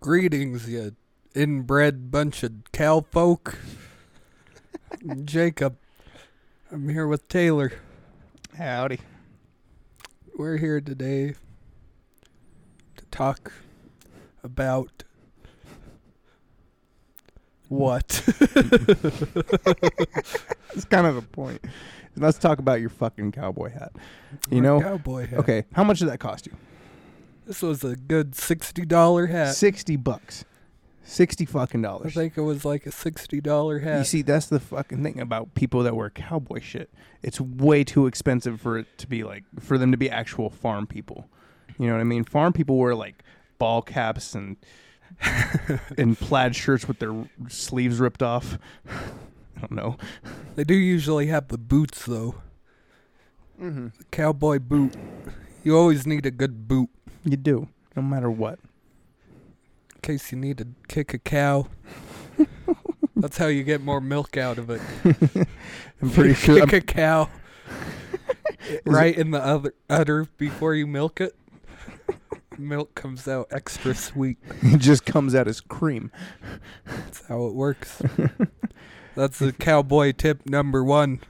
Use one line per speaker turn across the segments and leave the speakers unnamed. Greetings, you inbred bunch of cowfolk. Jacob, I'm here with Taylor.
Howdy.
We're here today to talk about what?
That's kind of the point. Let's talk about your fucking cowboy hat. You know,
cowboy hat.
okay, how much did that cost you?
This was a good $60 hat.
60 bucks. 60 fucking
I
dollars.
think it was Uh, like a $60
You
hat.
see, that's the fucking thing about people that wear cowboy shit. It's way too expensive for it to be like, for them to be actual farm people. You know what I mean? Farm people wear like ball caps and and plaid shirts with their sleeves ripped off. I don't know.
They do usually have the boots, though.
Mm-hmm.
Cowboy boot. You always need a good boot
You do, no matter what.
in case you need to kick a cow. That's how you get more milk out of it.
I'm pretty
You
sure. I'm-
Kick a cow
is it-
right in the other udder before you milk it. milk comes out extra sweet.
It just comes out as cream.
That's how it works. That's the cowboy tip number one.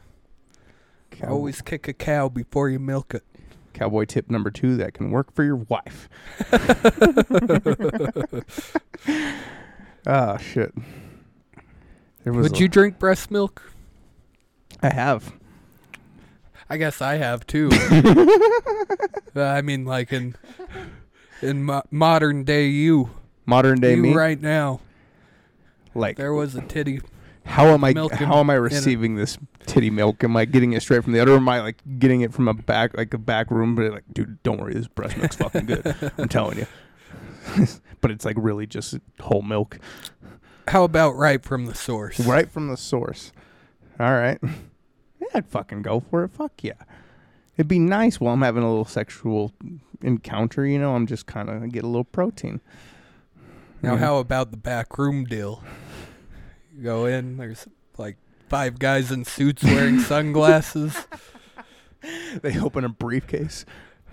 Cow-
Always kick a cow before you milk it.
cowboy tip number two that can work for your wife. Ah, shit. There was
Would
a-
you drink breast milk?
I have.
I guess I have too. Uh, I mean, like in in mo- modern day you,
Modern day
you
me.
right now.
Like,
There was a titty.
how am I?
milk in-
How am I
in a-
receiving this titty milk? Am I getting it straight from the udder? Or am I like getting it from a back, like a back room? But like, dude, don't worry, this breast milk's fucking good. I'm telling you. but it's like really just whole milk,
How about right from the source?
right from the source. All right, yeah, I'd fucking go for it. Fuck yeah. It'd be nice while I'm having a little sexual encounter. You know, I'm just kind of get a little protein.
Now,
Yeah.
how about the back room deal? You go in. There's like five guys in suits wearing sunglasses.
They open a briefcase.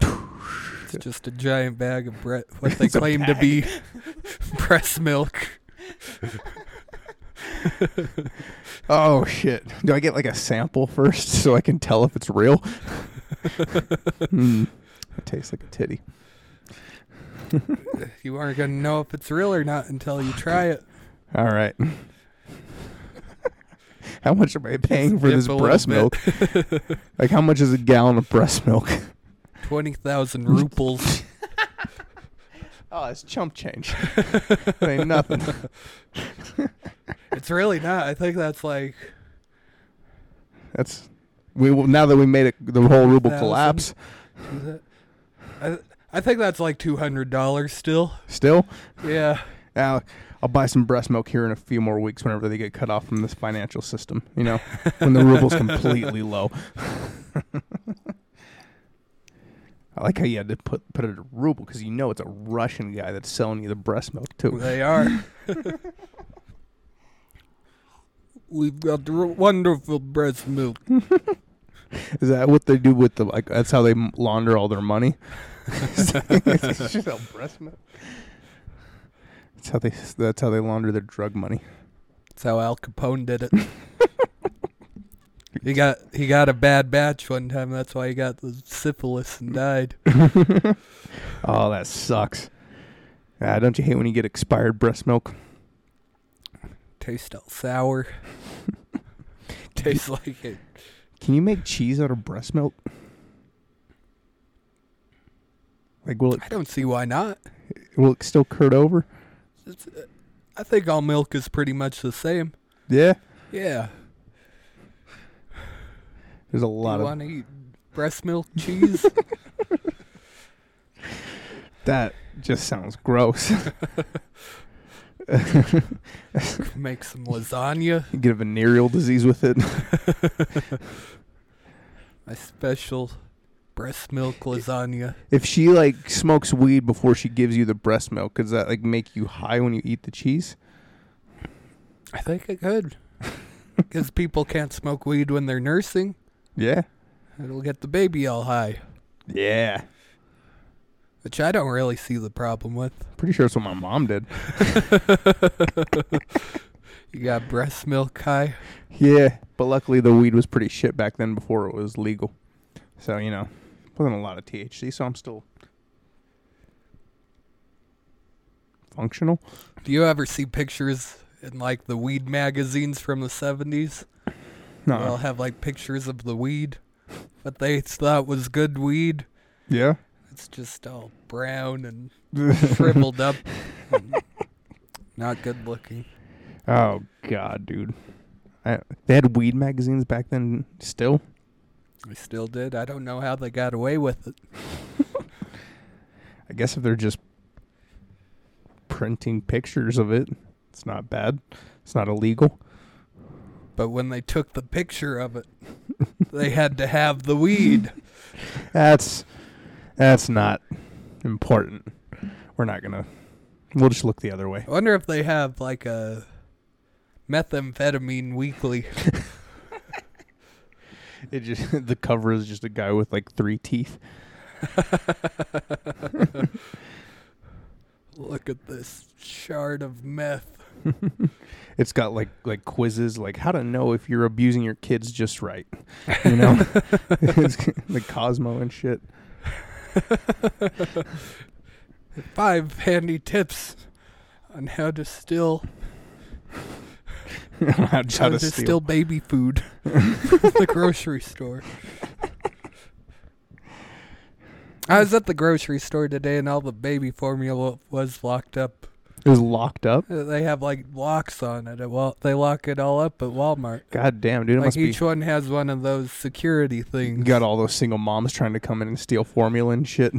It's just a giant bag of bre- what they
It's a
claim to
bag.
be breast milk.
Oh shit! Do I get like a sample first so I can tell if it's real? Hmm. It tastes like a titty.
You aren't gonna know if it's real or not until you try it.
All right. how much am I paying for
Dip
this
a little
breast milk? like, how much is a gallon of breast milk?
Twenty thousand ruples.
Oh, it's chump change. It ain't nothing.
It's really not. I think that's like
That's we will, now that we made it the whole ruble
Thousand.
collapse.
Is it? I I think that's like two hundred dollars still.
Still,
Yeah,
now I'll buy some breast milk here in a few more weeks. Whenever they get cut off from this financial system, you know, when the ruble's completely low. I like how you had to put put it at a ruble because you know it's a Russian guy that's selling you the breast milk too.
they are. We've got the r- wonderful breast milk.
Is that what they do with the like? That's how they m- launder all their money. They sell breast milk. That's how they. That's how they launder their drug money.
That's how Al Capone did it. he got he got a bad batch one time. That's why he got the syphilis and died.
Oh, that sucks. Ah, don't you hate when you get expired breast milk?
Tastes all sour. Tastes like it.
Can you make cheese out of breast milk? Like, will it
I don't see why not.
will it still curt over?
It's, uh, I think all milk is pretty much the same.
Yeah,
Yeah.
there's a lot
you
of
want to eat breast milk cheese?
that. Just sounds gross.
Make some lasagna.
you get a venereal disease with it.
My special breast milk lasagna.
If she like smokes weed before she gives you the breast milk, does that like make you high when you eat the cheese?
I think it could. Because people can't smoke weed when they're nursing.
Yeah.
It'll get the baby all high.
Yeah.
Which I don't really see the problem with.
Pretty sure that's what my mom did.
You got breast milk high.
Yeah, but luckily the weed was pretty shit back then before it was legal. So, you know, wasn't a lot of THC, so I'm still functional.
Do you ever see pictures in like the weed magazines from the 70s?
No.
They'll have like pictures of the weed, what they thought was good weed.
yeah.
It's just all brown and shriveled up. and not good looking.
Oh god, dude. I, they had weed magazines back then still.
They still did. I don't know how they got away with it.
I guess if they're just printing pictures of it, it's not bad. It's not illegal.
But when they took the picture of it, they had to have the weed.
That's that's not important. We're not going to we'll just look the other way.
I wonder if they have like a methamphetamine weekly.
It just the cover is just a guy with like three teeth.
Look at this shard of meth.
It's got like like quizzes like how to know if you're abusing your kids just right. You know? it's the Cosmo and shit.
Five handy tips on how to still
how
how to
steal.
steal baby food from the grocery store. I was at the grocery store today and all the baby formula was locked up.
It was locked up.
Uh, They have like locks on it. At Wal- they lock it all up at Walmart.
God damn, dude! It
Like
must
each
be
one has one of those security
you
things.
got all those single moms trying to come in and steal formula and shit.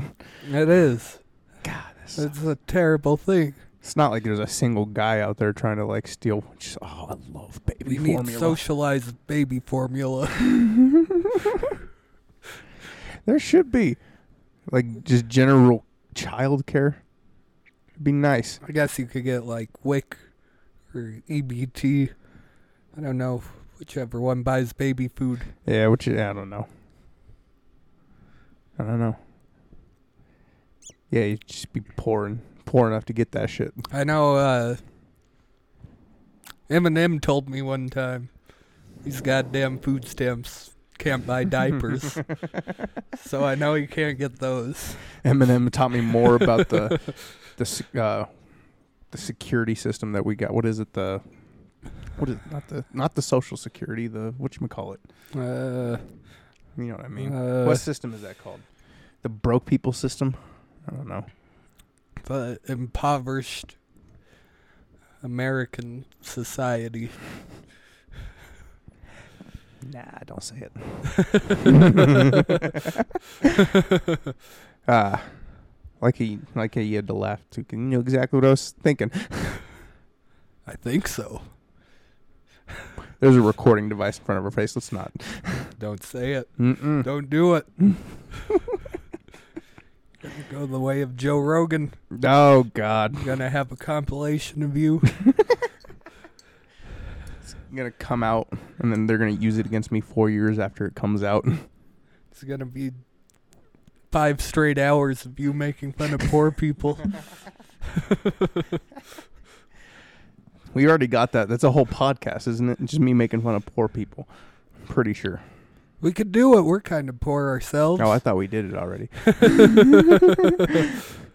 It is.
God, this,
It's a terrible thing.
it's not like there's a single guy out there trying to like steal. Just, oh, I love
We
baby
need
formula.
socialized baby formula.
there should be like just general child care. It'd be nice.
I guess you could get like WIC or EBT. I don't know whichever one buys baby food.
Yeah, which I don't know. I don't know. Yeah, you'd just be poor and poor enough to get that shit.
I know uh Eminem told me one time these goddamn food stamps can't buy diapers. so I know you can't get those.
Eminem taught me more about the the sec- uh, the security system that we got. What is it? The what is not the not the social security? The what you call it?
Uh,
You know what I mean?
uh,
what system is that called? The broke people system? I don't know.
but impoverished American society.
Nah, don't say it. Ah, like he like he had to laugh too. You know exactly what I was thinking.
I think so.
There's a recording device in front of her face. Let's not.
Don't say it.
Mm-mm.
Don't do it. Gonna go the way of Joe Rogan.
Oh God!
Gonna have a compilation of you.
I'm gonna come out, and then they're gonna use it against me four years after it comes out.
It's gonna be five straight hours of you making fun of poor people.
We already got that. That's a whole podcast, isn't it? Just me making fun of poor people. I'm pretty sure.
we could do it. We're kind of poor ourselves.
Oh, I thought we did it already.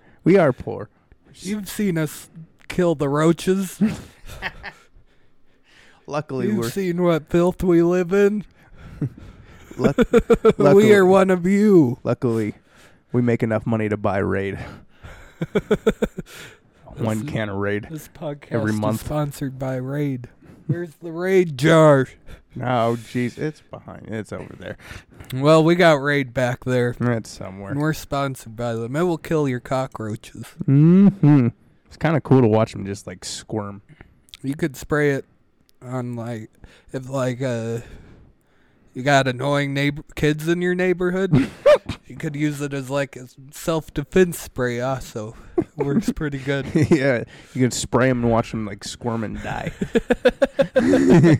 we are poor.
You've seen us kill the roaches.
Luckily,
You've
we're
seen what filth we live in.
luck-
We
luckily,
are one of you.
luckily we make enough money to buy Raid. One can of Raid.
This podcast
Every month.
is sponsored by Raid. Where's the Raid jar?
Oh, jeez, it's behind. It's over there.
Well, we got Raid back there.
It's
And
somewhere.
we're sponsored by them. It will kill your cockroaches.
hmm It's kind of cool to watch them just like squirm.
You could spray it on like if like uh you got annoying neighbor kids in your neighborhood. you could use it as like a self defense spray also. Works pretty good.
yeah, you can spray them and watch them like squirm and die.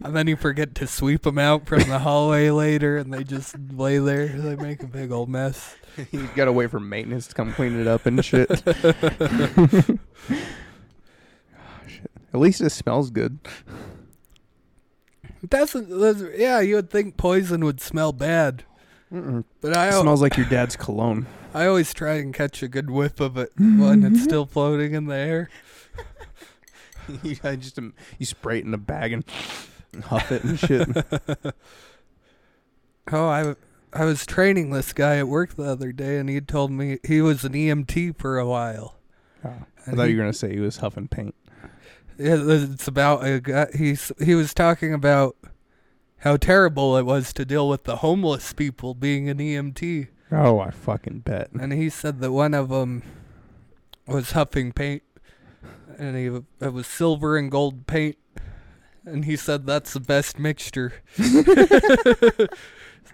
And then you forget to sweep them out from the hallway later and they just lay there. They make a big old mess.
you gotta wait for maintenance to come clean it up and shit. Ah, shit. At least it smells good.
That's, that's yeah. You would think poison would smell bad,
Mm-mm.
but I
It
al-
smells like your dad's cologne.
I always try and catch a good whiff of it when
Mm-hmm.
it's still floating in the air.
you I just am- you spray it in a bag and huff it and shit.
Oh, I I was training this guy at work the other day, and he told me he was an EMT for a while.
Oh, I
And
thought
he-
you were gonna say he was huffing paint.
Yeah, It's about a guy. He's he was talking about how terrible it was to deal with the homeless people being an E EMT,
Oh, I fucking bet.
and he said that one of them was huffing paint, and he it was silver and gold paint, and he said that's the best mixture.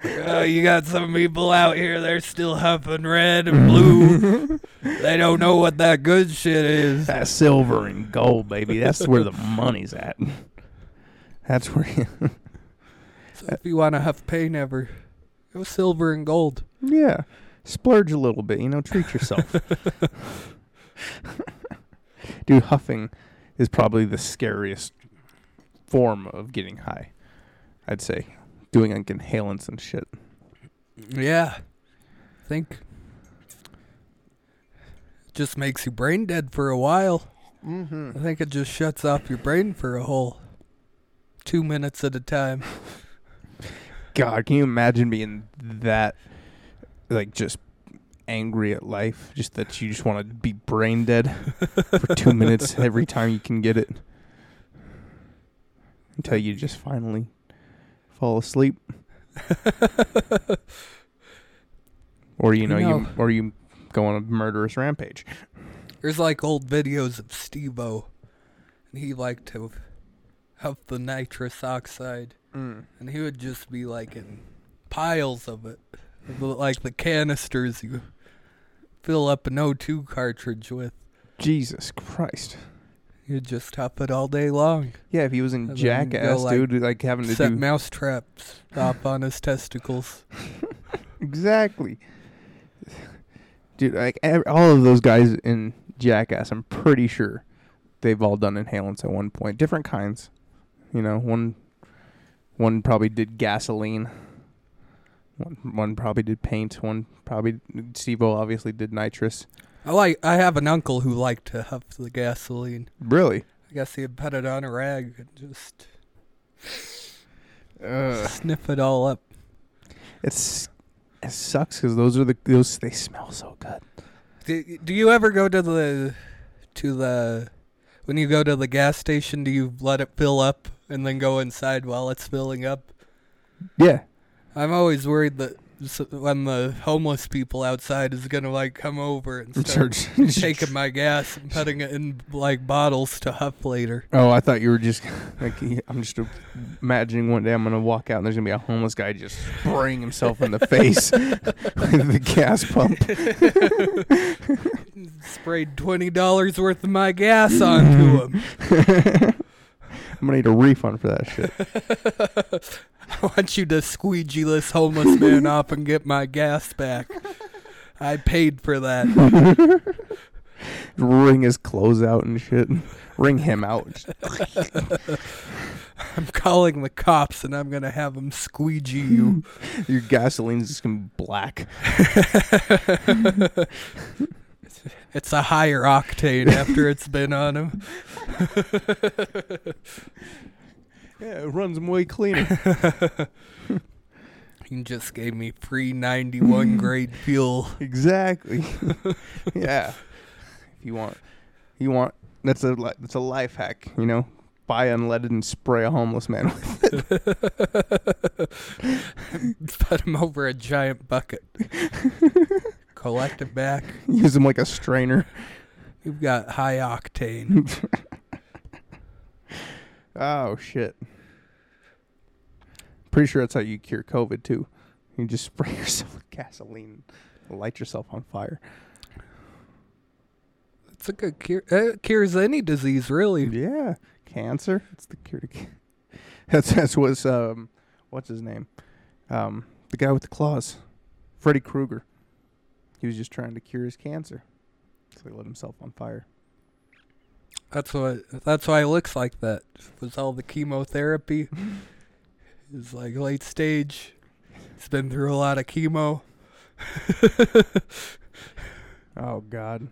Oh, you got some people out here, they're still huffing red and blue. they don't know what that good shit is.
That silver and gold, baby. That's where the money's at. That's where.
So if you want to huff paint ever, go silver and gold.
yeah, splurge a little bit. You know, treat yourself. Dude, huffing is probably the scariest form of getting high. I'd say, doing like inhalants and shit.
Yeah. I think it just makes you brain dead for a while.
Mm-hmm.
I think it just shuts off your brain for a whole two minutes at a time.
God, can you imagine being that like just angry at life? Just that you just want to be brain dead for two minutes every time you can get it. Until you just finally fall asleep. or you know, you
No.
or you go on a murderous rampage.
There's like old videos of Steve O, and he liked to huff the nitrous oxide, and he would just be like in piles of it, like the canisters you fill up an O2 cartridge with.
Jesus Christ.
You just huff it all day long.
Yeah, if he was
And
in
then you go,
jackass,
like,
dude, like having to
Set
do
mouse traps up on his testicles.
Exactly. Dude, like ev- all of those guys in Jackass, I'm pretty sure they've all done inhalants at one point, different kinds. You know, one one probably did gasoline. One one probably did paint. One probably Stevo obviously did nitrous.
I like. I have an uncle who liked to huff the gasoline.
Really?
I guess he'd put it on a rag and just
Ugh.
sniff it all up.
It's it sucks because those are the those they smell so good.
Do, do you ever go to the to the when you go to the gas station? Do you let it fill up and then go inside while it's filling up?
Yeah.
I'm always worried that s- when the homeless people outside is gonna like come over and start taking my gas and putting it in like bottles to huff later.
Oh, I thought you were just like he- I'm just imagining one day I'm gonna walk out and there's gonna be a homeless guy just spraying himself in the face with the gas pump.
Sprayed twenty dollars worth of my gas onto him.
I'm gonna need a refund for that shit.
I want you to squeegee this homeless man off and get my gas back. I paid for that.
Wring his clothes out and shit. Wring him out.
I'm calling the cops and I'm gonna have them squeegee you.
Your gasoline's just gonna be black.
It's a higher octane after it's been on him.
Yeah, it runs way cleaner.
He just gave me free 91 grade fuel.
exactly. yeah. If you want, you want. That's a li- that's a life hack. You know, buy unleaded and spray a homeless man
Put him over a giant bucket. Collect it back.
Use him like a strainer.
You've got high octane.
Oh shit. Pretty sure that's how you cure COVID too. You just spray yourself with gasoline, and light yourself on fire.
It's a good cure. It cures any disease, really.
Yeah, cancer. It's the cure to. Can- that's that's what's um, what's his name, um, the guy with the claws, Freddy Krueger. He was just trying to cure his cancer, so he lit himself on fire.
That's why. That's why it looks like that. Was all the chemotherapy. It's like late stage. It's been through a lot of chemo.
Oh God.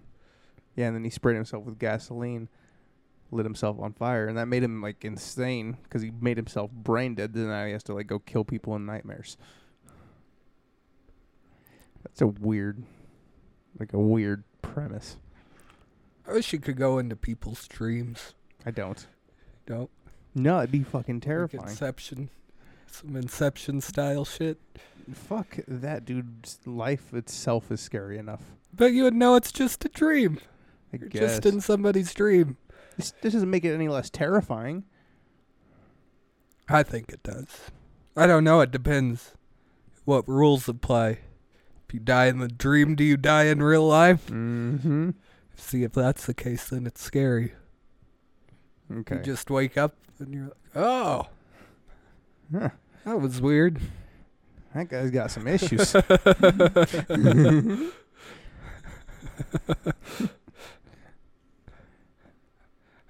Yeah, and then he sprayed himself with gasoline, lit himself on fire, and that made him like insane because he made himself brain dead. Then now he has to like go kill people in nightmares. That's a weird, like a weird premise.
I wish you could go into people's dreams.
I don't.
Don't
No, it'd be fucking
like
terrifying.
Inception, some Inception style shit.
Fuck that dude's life itself is scary enough.
But you would know it's just a dream.
I
You're
guess.
just in somebody's dream.
this, this doesn't make it any less terrifying.
I think it does. I don't know. It depends what rules apply. If you die in the dream, do you die in real life?
Mm-hmm.
See, if that's the case, then it's scary.
Okay.
You just wake up and you're like, oh,
Huh.
that was weird.
That guy's got some issues.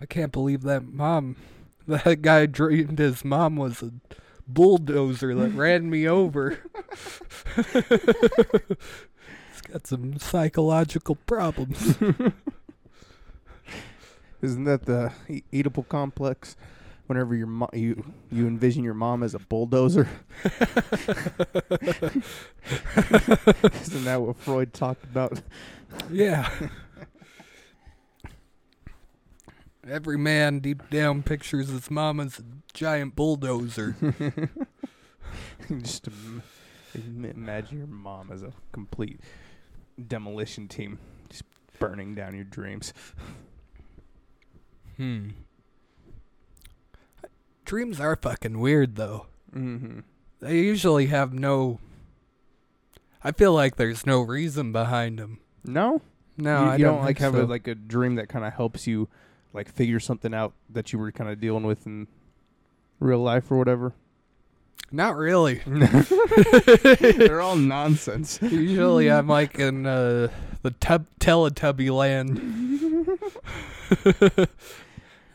I can't believe that mom, that guy dreamed his mom was a bulldozer that ran me over. He's got some psychological problems.
Isn't that the e- Oedipal complex? Whenever your mo- you you envision your mom as a bulldozer, isn't that what Freud talked about?
Yeah. Every man deep down pictures his mom as a giant bulldozer.
Just im- im- imagine your mom as a complete demolition team, just burning down your dreams.
hmm. Dreams are fucking weird, though.
Mm-hmm.
They usually have no. I feel like there's no reason behind them.
No,
No,
you,
I
you
don't,
like
think
have
so.
a, like a dream that kind of helps you like figure something out that you were kind of dealing with in real life or whatever.
Not really.
They're all nonsense.
Usually, I'm like in uh, the tub- Teletubby land.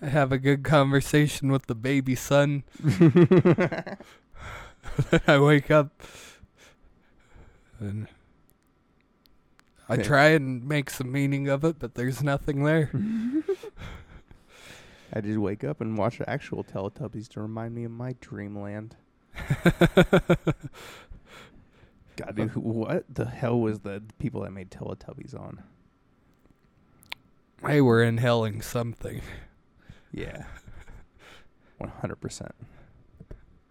I have a good conversation with the baby son. then I wake up and I
Yeah.
try and make some meaning of it, but there's nothing there.
I just wake up and watch the actual Teletubbies to remind me of my dreamland. God, dude, who- what the hell was the people that made Teletubbies on?
they were inhaling something.
Yeah, one hundred percent.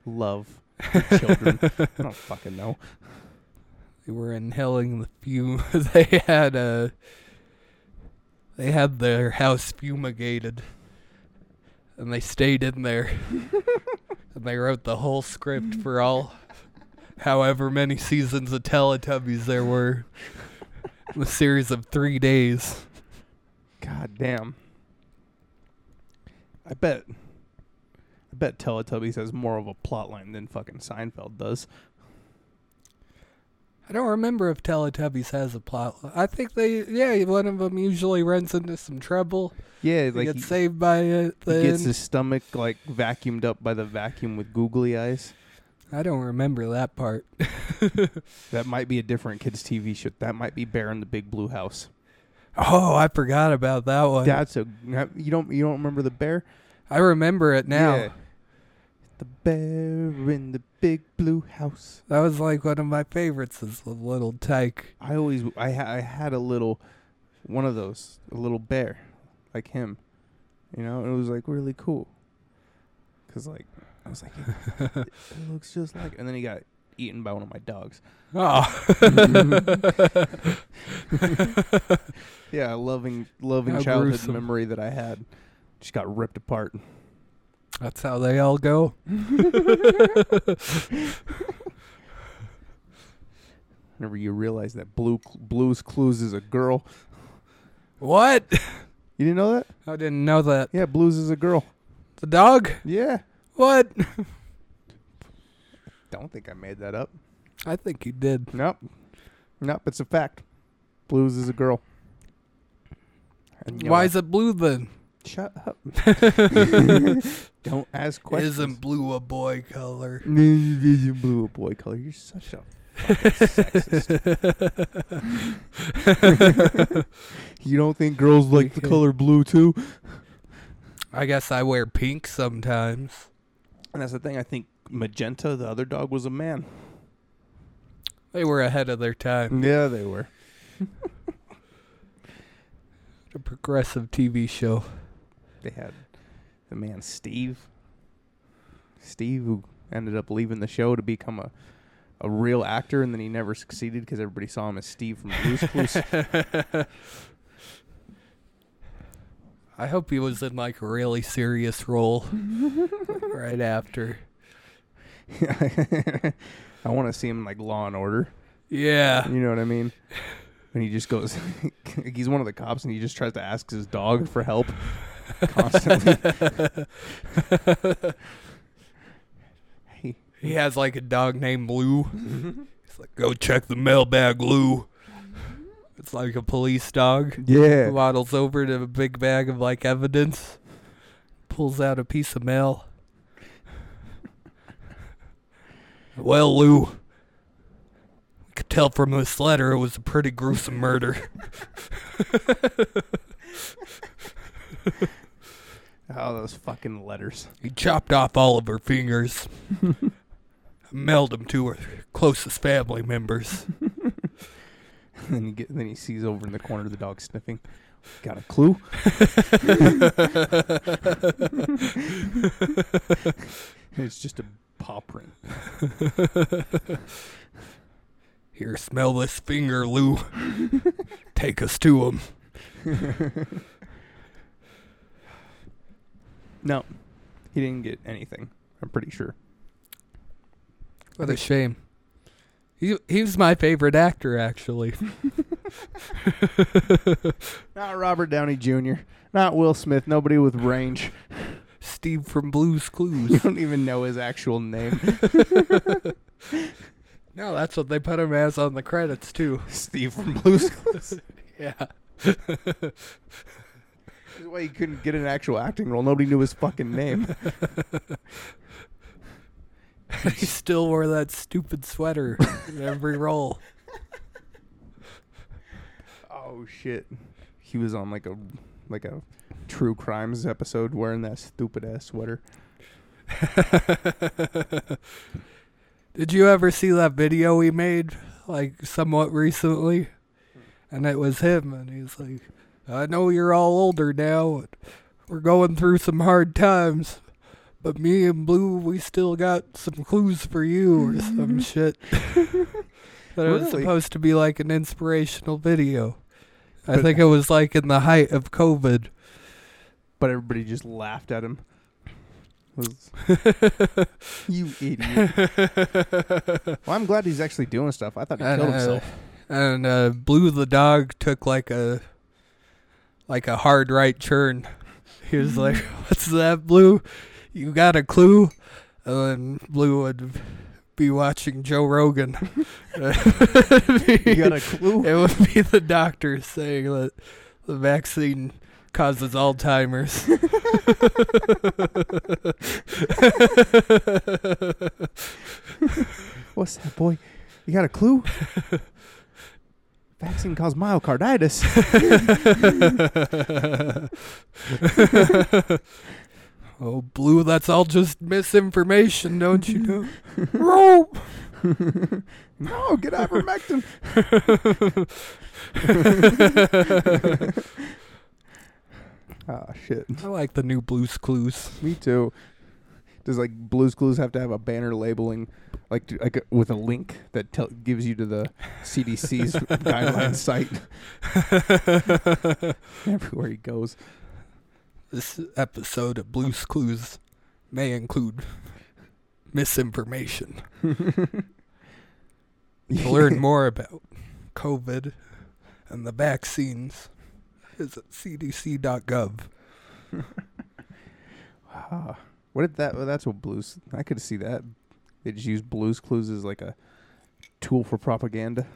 Love for children. I don't fucking know.
They were inhaling the fume. they had uh They had their house fumigated, and they stayed in there, and they wrote the whole script for all, however many seasons of Teletubbies there were. A series of three days.
God damn. I bet. I bet Teletubbies has more of a plot line than fucking Seinfeld does.
I don't remember if Teletubbies has a plot. li- I think they, yeah, one of them usually runs into some trouble. They
Yeah, like
gets
he-
saved by it.
He
Then
gets his stomach like vacuumed up by the vacuum with googly eyes.
I don't remember that part.
That might be a different kids' TV show. That might be Bear in the Big Blue House.
Oh, I forgot about that one.
That's a you don't you don't remember the bear
I remember it now.
Yeah. The bear in the big blue house.
That was like one of my favorites. Is the little tyke.
I always I ha- I had a little one of those a little bear like him, you know. It was like really cool because like I was like it, it looks just like. And then he got eaten by one of my dogs.
Oh,
Yeah, a loving, loving
How
childhood
gruesome.
memory that I had. Just got ripped apart.
that's how they all go.
Whenever you realize that Blue Blue's Clues is a girl,
What?
you didn't know that?
I didn't know that.
Yeah, Blues is a girl.
The dog?
Yeah,
What?
don't think I made that up.
I think he did.
Nope, nope, it's a fact. Blues is a girl. I know
Why
I-
is it blue then?
Shut up. Don't ask questions.
Isn't blue a boy color?
you blew a boy color. You're such a You don't think girls like the color blue too?
I guess I wear pink sometimes.
And that's the thing. I think Magenta, the other dog, was a man.
They were ahead of their time.
Yeah, they were.
A progressive TV show.
They had the man Steve. Steve, who ended up leaving the show to become a, a real actor, and then he never succeeded because everybody saw him as Steve from Blue's Clues.
I hope he was in like a really serious role right after.
I want to see him in, like Law and Order.
Yeah.
You know what I mean? And he just goes, he's one of the cops, and he just tries to ask his dog for help constantly. hey,
He has like a dog named Lou. He's like, go check the mailbag, Lou. It's like a police dog.
yeah.
Waddles over to a big bag of like evidence, pulls out a piece of mail. Well, Lou, we could tell from this letter it was a pretty gruesome murder.
Oh, those fucking letters.
He chopped off all of her fingers, mailed them to her closest family members.
And then he get, then he sees over in the corner the dog sniffing. Got a clue? it's just a paw print.
Here, smell this finger, Lou. Take us to him.
No, he didn't get anything. I'm pretty sure.
What a shame. He he was my favorite actor actually.
Not Robert Downey Jr. Not Will Smith. Nobody with range.
Steve from Blue's
You
Clues.
don't even know his actual name.
no, that's what they put him as on the credits too.
Steve from Blues Clues.
Yeah.
That's why he couldn't get an actual acting role. Nobody knew his fucking name.
he still wore that stupid sweater in every role.
oh shit. He was on like a like a true crimes episode wearing that stupid ass sweater.
Did you ever see that video we made, like somewhat recently? And it was him, and he's like, I know you're all older now. and We're going through some hard times. But me and Blue, we still got some clues for you or some shit. that it was
Mm-hmm. Really?
supposed to be like an inspirational video. I
But-
think it was like in the height of COVID.
But everybody just laughed at him. Was- you idiot. Well, I'm glad he's actually doing stuff. I thought he
And,
killed
uh,
himself.
and uh, Blue the dog took like a like a hard right turn. He was like, "What's that, Blue? You got a clue?" And then Blue would be watching Joe Rogan.
You got a clue?
it would be the doctor saying that the vaccine causes Alzheimer's.
What's that, boy? You got a clue? Vaccine caused myocarditis.
oh, Blue, that's all just misinformation, don't you know? Rope.
no, get ivermectin. Ah, shit.
I like the new Blue's Clues.
Me too. Does like Blue's Clues have to have a banner labeling, like to- like a, with a link that tell, gives you to the CDC's guideline site everywhere he goes?
This episode of Blue's Clues may include misinformation. to learn more about COVID and the vaccines is at cdc.gov.
Ah, what did that? Well, that's what Blue's. I could see that. They just use Blue's Clues as like a tool for propaganda.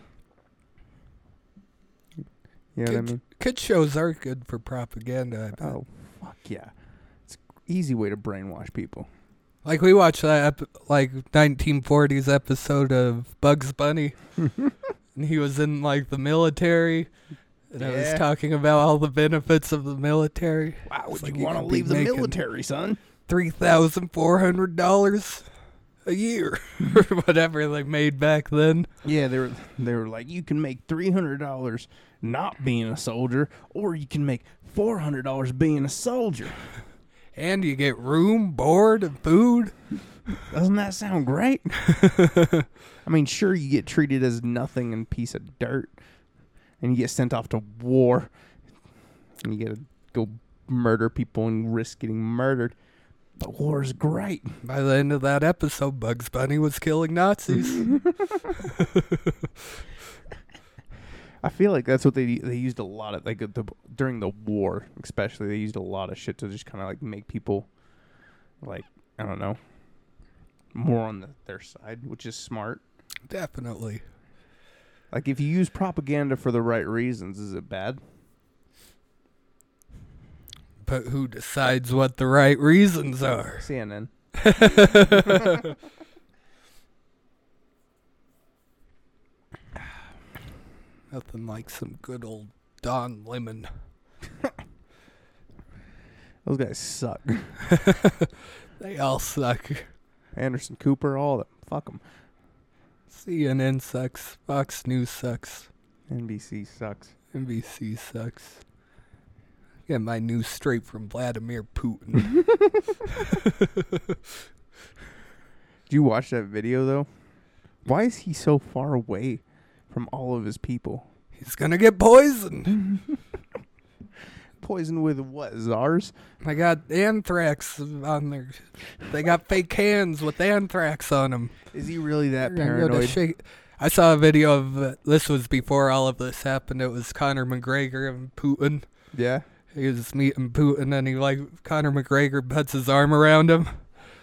You know what I mean?
Kid shows are good for propaganda. I bet.
Oh, fuck yeah. It's an easy way to brainwash people.
Like we watched that ep- like 1940s episode of Bugs Bunny, and he was in like the military, and I was
Yeah.
talking about all the benefits of the military.
Wow, would
like
you
you
want to
could be
leave the
making-
military, son?
Three thousand four hundred dollars a year, or whatever they made back then.
Yeah, they were they were like, you can make three hundred dollars not being a soldier, or you can make four hundred dollars being a soldier.
And you get room, board, and food.
Doesn't that sound great? I mean, sure, you get treated as nothing and piece of dirt, and you get sent off to war, and you get to go murder people and risk getting murdered. But war is great.
By the end of that episode, Bugs Bunny was killing Nazis.
I feel like that's what they they used a lot of like the, during the war, especially they used a lot of shit to just kind of like make people like I don't know more on the, their side, which is smart.
Definitely.
Like if you use propaganda for the right reasons, is it bad?
But who decides what the right reasons are?
CNN.
Nothing like some good old Don Lemon.
Those guys suck.
They all suck.
Anderson Cooper, all them. Fuck them.
CNN sucks. Fox News sucks.
NBC sucks.
NBC sucks. Get my news straight from Vladimir Putin.
Do you watch that video though? Why is he so far away from all of his people?
He's gonna get poisoned.
Poisoned with what? Czars?
I got anthrax on their. They got fake cans with anthrax on them.
Is he really that
We're gonna go to
paranoid?
shake- I saw a video of uh, this was before all of this happened. It was Conor McGregor and Putin.
Yeah.
He was meeting Putin, and he like Conor McGregor puts his arm around him,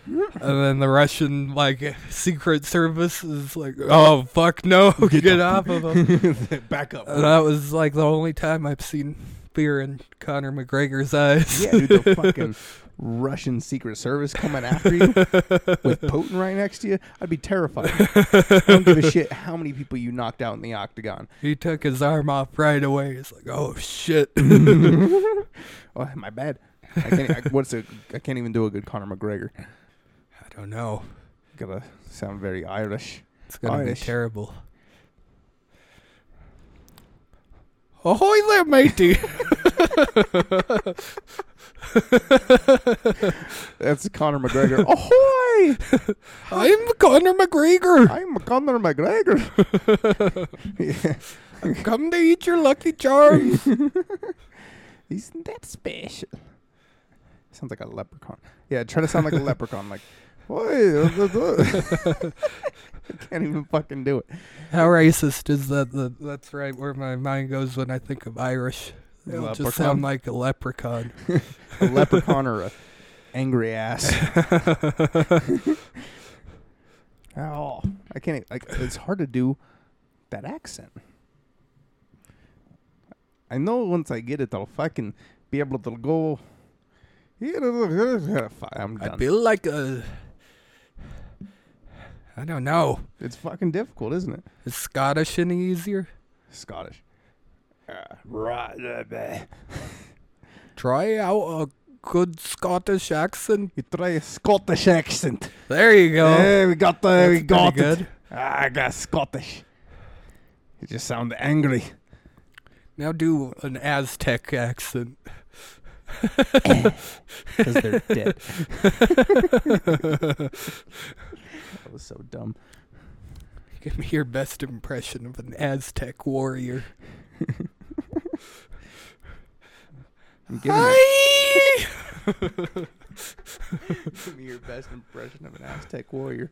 and then the Russian like Secret Service is like, "Oh fuck no, get, off of him."
Back up.
and that was like the only time I've seen fear in Conor McGregor's eyes.
yeah, dude, the fucking Russian Secret Service coming after you with Putin right next to you. I'd be terrified. I don't give a shit how many people you knocked out in the octagon.
He took his arm off right away. He's like, "Oh shit."
Oh, my bad. I can't, I, what's a, I can't even do a good Conor McGregor.
I don't know.
Gotta sound very Irish.
It's gonna
Irish.
be terrible. Ahoy there, matey!
That's Conor McGregor. Ahoy!
I'm Conor McGregor.
I'm Conor McGregor. yeah,
Come to eat your Lucky Charms.
isn't that special? Sounds like a leprechaun. Yeah, try to sound like a leprechaun. Like, uh, Oi, I can't even fucking do it.
How racist is that? The, that's right where my mind goes when I think of Irish. It'll
Leprechaun?
just sound like a leprechaun.
A leprechaun or a angry ass. oh, I can't. Like, it's hard to do that accent. I know once I get it, I'll fucking be able to go. I'm
I
done.
feel like a. I don't know.
It's fucking difficult, isn't it?
Is Scottish any easier?
Scottish. Uh, right, uh, bleh.
Try out a good Scottish accent.
you try a Scottish accent.
There you go.
Hey, we got the, we
That's pretty
got it.
good.
Ah, I got Scottish. You just sound angry.
Now do an Aztec accent.
because they're dead. that was so dumb.
Give me your best impression of an Aztec warrior.
I'm giving you-
Hi!
give me your best impression of an Aztec warrior.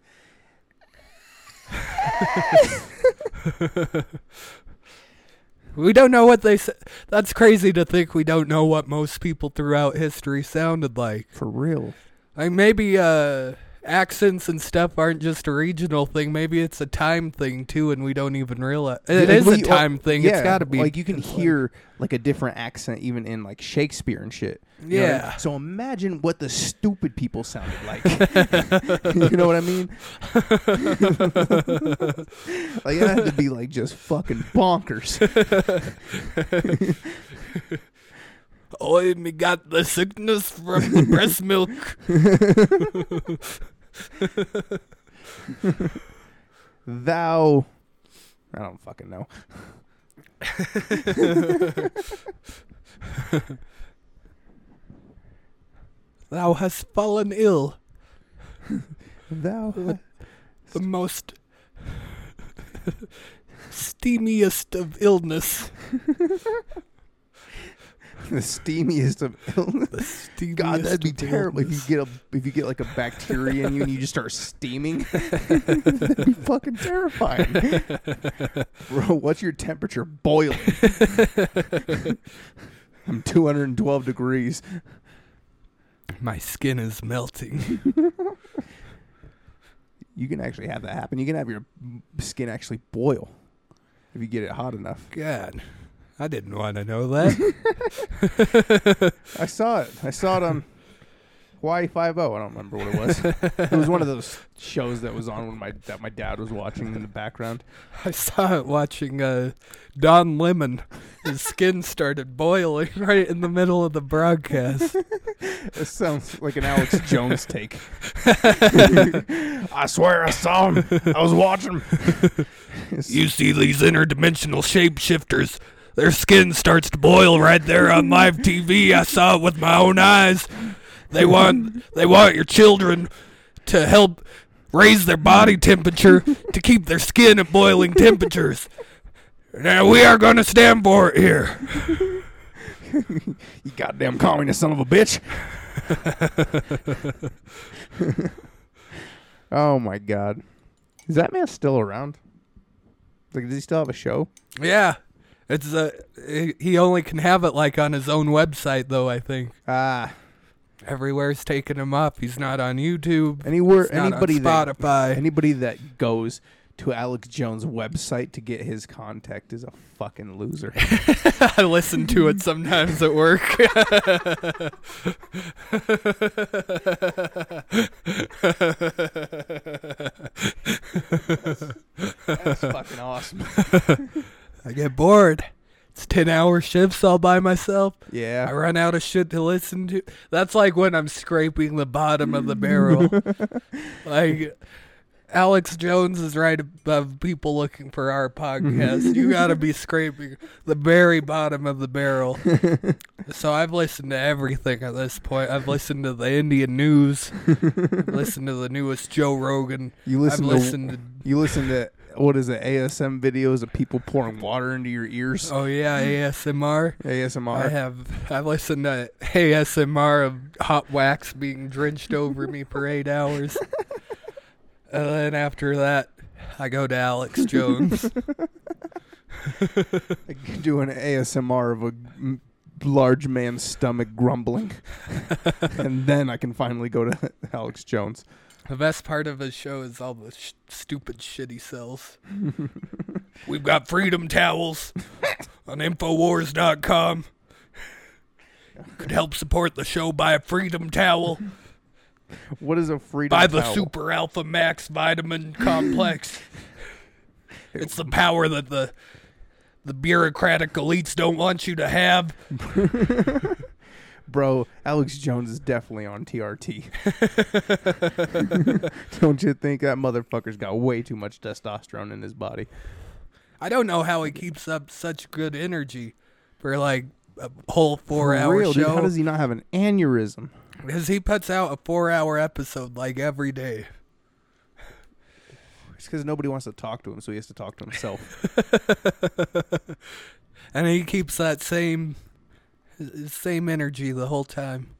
We don't know what they said. That's crazy to think we don't know what most people throughout history sounded like.
For real.
Like maybe uh, accents and stuff aren't just a regional thing. Maybe it's a time thing too, and we don't even realize it
Like,
is
well,
a
you-
time thing.
Yeah,
it's got to be
like you can hear like a different accent even in like Shakespeare and shit. You know what I mean?
Yeah.
So imagine what the stupid people sounded like. you know what I mean? like it had to be like just fucking bonkers.
Oh, me got the sickness from the breast milk.
Thou, I don't fucking know.
Thou hast fallen ill.
Thou,
The most steamiest of illness.
the steamiest of illness.
The steamiest
God, that'd be
of
terrible if you
illness.
get a if you get like a bacteria in you and you just start steaming. that'd be fucking terrifying, bro. What's your temperature boiling? I'm 212 degrees.
My skin is melting.
You can actually have that happen. You can have your skin actually boil if you get it hot enough.
God, I didn't want to know that.
I saw it. I saw it on Hawaii Five O. I don't remember what it was. it was one of those shows that was on when my that my dad was watching in the background.
I saw it watching uh, Don Lemon. His skin started boiling right in the middle of the broadcast.
This sounds like an Alex Jones take. I swear I saw him. I was watching
You see these interdimensional shapeshifters. Their skin starts to boil right there on live TV. I saw it with my own eyes. They want they want your children to help raise their body temperature to keep their skin at boiling temperatures. Now we are going to stand for it here.
You goddamn communist son of a bitch. oh my god. Is that man still around? Like, does he still have a show?
Yeah. It's uh, he only can have it like on his own website though, I think.
Ah,
Everywhere's taking him up. He's not on YouTube.
anywhere,
He's not on
anybody that
Spotify.
anybody that goes to Alex Jones' website to get his contact is a fucking loser.
I listen to it sometimes at work.
That's fucking awesome.
I get bored. It's 10 hour shifts all by myself. I
Yeah,
run out of shit to listen to. That's like when I'm scraping the bottom of the barrel. like, Alex Jones is right above people looking for our podcast. you got to be scraping the very bottom of the barrel. so I've listened to everything at this point. I've listened to the Indian news, I've listened to the newest Joe Rogan.
you listen
I've
to
listened to.
You listen to what is it? ASM videos of people pouring water into your ears.
Oh yeah, ASMR. I
ASMR.
have I've listened to ASMR of hot wax being drenched over me for eight hours. and then after that, I go to Alex Jones.
Like, Do an ASMR of a m- large man's stomach grumbling, and then I can finally go to Alex Jones.
the best part of his show is all the sh- stupid shit he sells. We've got freedom towels on Infowars.com. You could help support the show by a freedom towel,
What is a freedom?
by the
towel?
Super Alpha Max Vitamin Complex. It's the power that the the bureaucratic elites don't want you to have.
bro. Alex Jones is definitely on TRT. Don't you think that motherfucker's got way too much testosterone in his body?
I don't know how he keeps up such good energy for like a whole four
For
hour
real, dude,
show
how does he not have an aneurysm?
because he puts out a four hour episode like every day.
It's because nobody wants to talk to him, so he has to talk to himself.
And he keeps that same his same energy the whole time.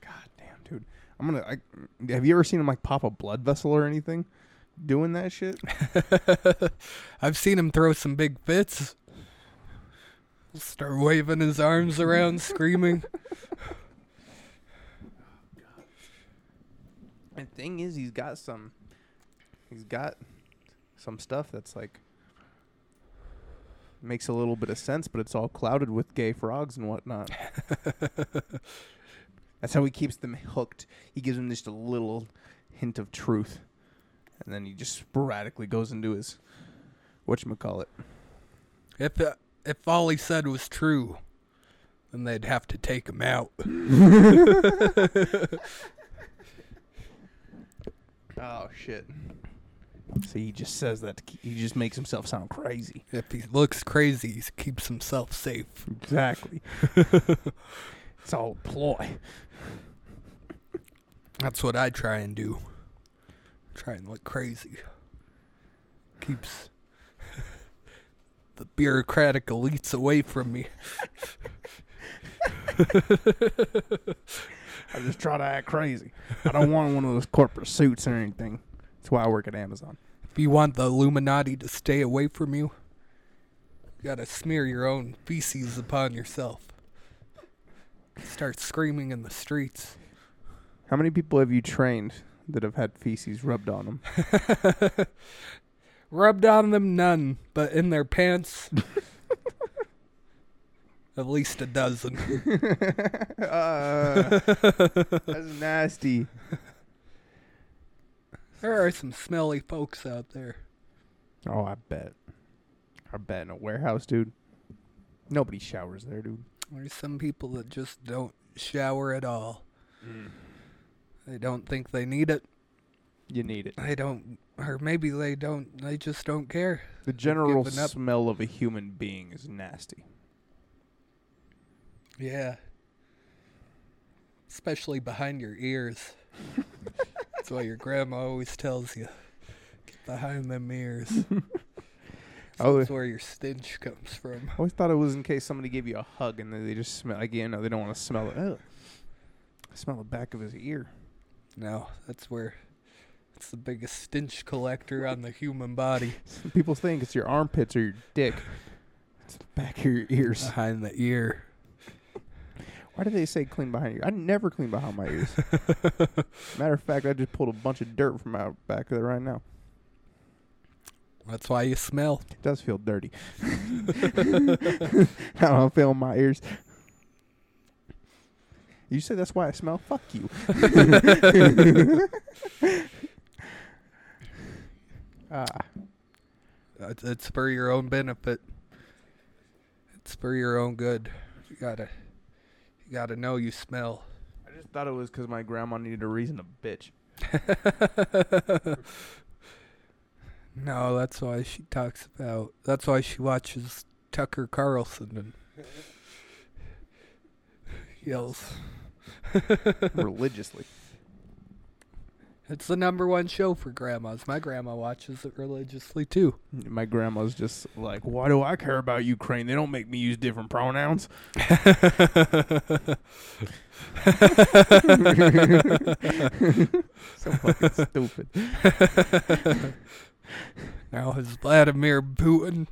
God damn, dude. I'm gonna. I, have you ever seen him like pop a blood vessel or anything? Doing that shit.
I've seen him throw some big fits. Start waving his arms around, screaming.
The thing is, he's got some. He's got some stuff that's like makes a little bit of sense, but it's all clouded with gay frogs and whatnot. that's how he keeps them hooked. He gives them just a little hint of truth, and then he just sporadically goes into his what you call it.
If uh, if all he said was true, then they'd have to take him out.
Oh shit! So he just says that to keep, he just makes himself sound crazy.
If he looks crazy, he keeps himself safe.
Exactly. it's all a ploy.
That's what I try and do. Try and look crazy. Keeps the bureaucratic elites away from me.
I just try to act crazy. I don't want one of those corporate suits or anything. That's why I work at Amazon.
If you want the Illuminati to stay away from you, you gotta smear your own feces upon yourself. Start screaming in the streets.
How many people have you trained that have had feces rubbed on them?
Rubbed on them, none, but in their pants, at least a dozen.
uh, that's nasty.
There are some smelly folks out there.
Oh, I bet. I bet in a warehouse, dude. Nobody showers there, dude.
There's some people that just don't shower at all.
Mm.
They don't think they need it.
You need it.
They don't, or maybe they don't, they just don't care.
The general
given up.
smell of a human being is nasty.
Yeah. Especially behind your ears. That's why your grandma always tells you. Get behind them ears.
Oh,
That's where your stench comes from.
I always thought it was in case somebody gave you a hug and then they just smell like you know they don't want to smell it. Ugh. I smell the back of his ear.
No, that's where it's the biggest stench collector on the human body.
Some people think it's your armpits or your dick. It's the back of your ears.
Behind the ear.
Why do they say clean behind your? I never clean behind my ears. Matter of fact, I just pulled a bunch of dirt from my back of it right now.
That's why you smell.
It does feel dirty. I don't feel my ears. You say that's why I smell? Fuck you. ah,
It's it's for your own benefit. It's for your own good. You gotta, you gotta know you smell.
I just thought it was because my grandma needed a reason to bitch.
no, that's why she talks about. That's why she watches Tucker Carlson and yells.
Religiously.
It's the number one show for grandmas. My grandma watches it religiously too.
My grandma's just like, why do I care about Ukraine? They don't make me use different pronouns. so fucking stupid.
Now, has Vladimir Putin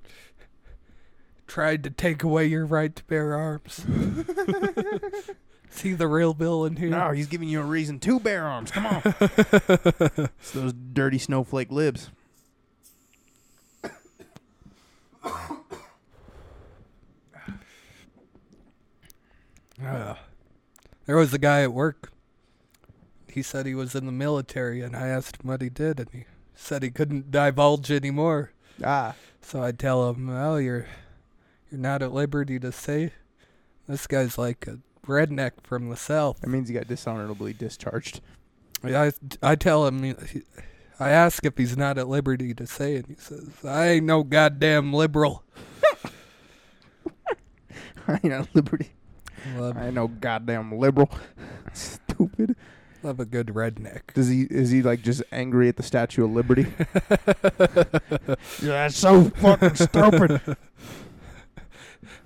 tried to take away your right to bear arms? Is he the real villain here?
No, he's giving you a reason to bear arms. Come on. it's those dirty snowflake libs. uh,
Ugh. there was a guy at work. He said he was in the military, and I asked him what he did, and he said he couldn't divulge anymore.
Ah.
So I tell him, "Well, you're you're not at liberty to say." This guy's like a redneck from the south.
That means you got dishonorably discharged.
I I tell him, he- I ask if he's not at liberty to say it. He says, "I ain't no goddamn liberal."
I ain't at liberty.
Love,
I ain't no goddamn liberal. Stupid.
love a good redneck.
Does he is he like just angry at the Statue of Liberty? yeah, that's so fucking stupid.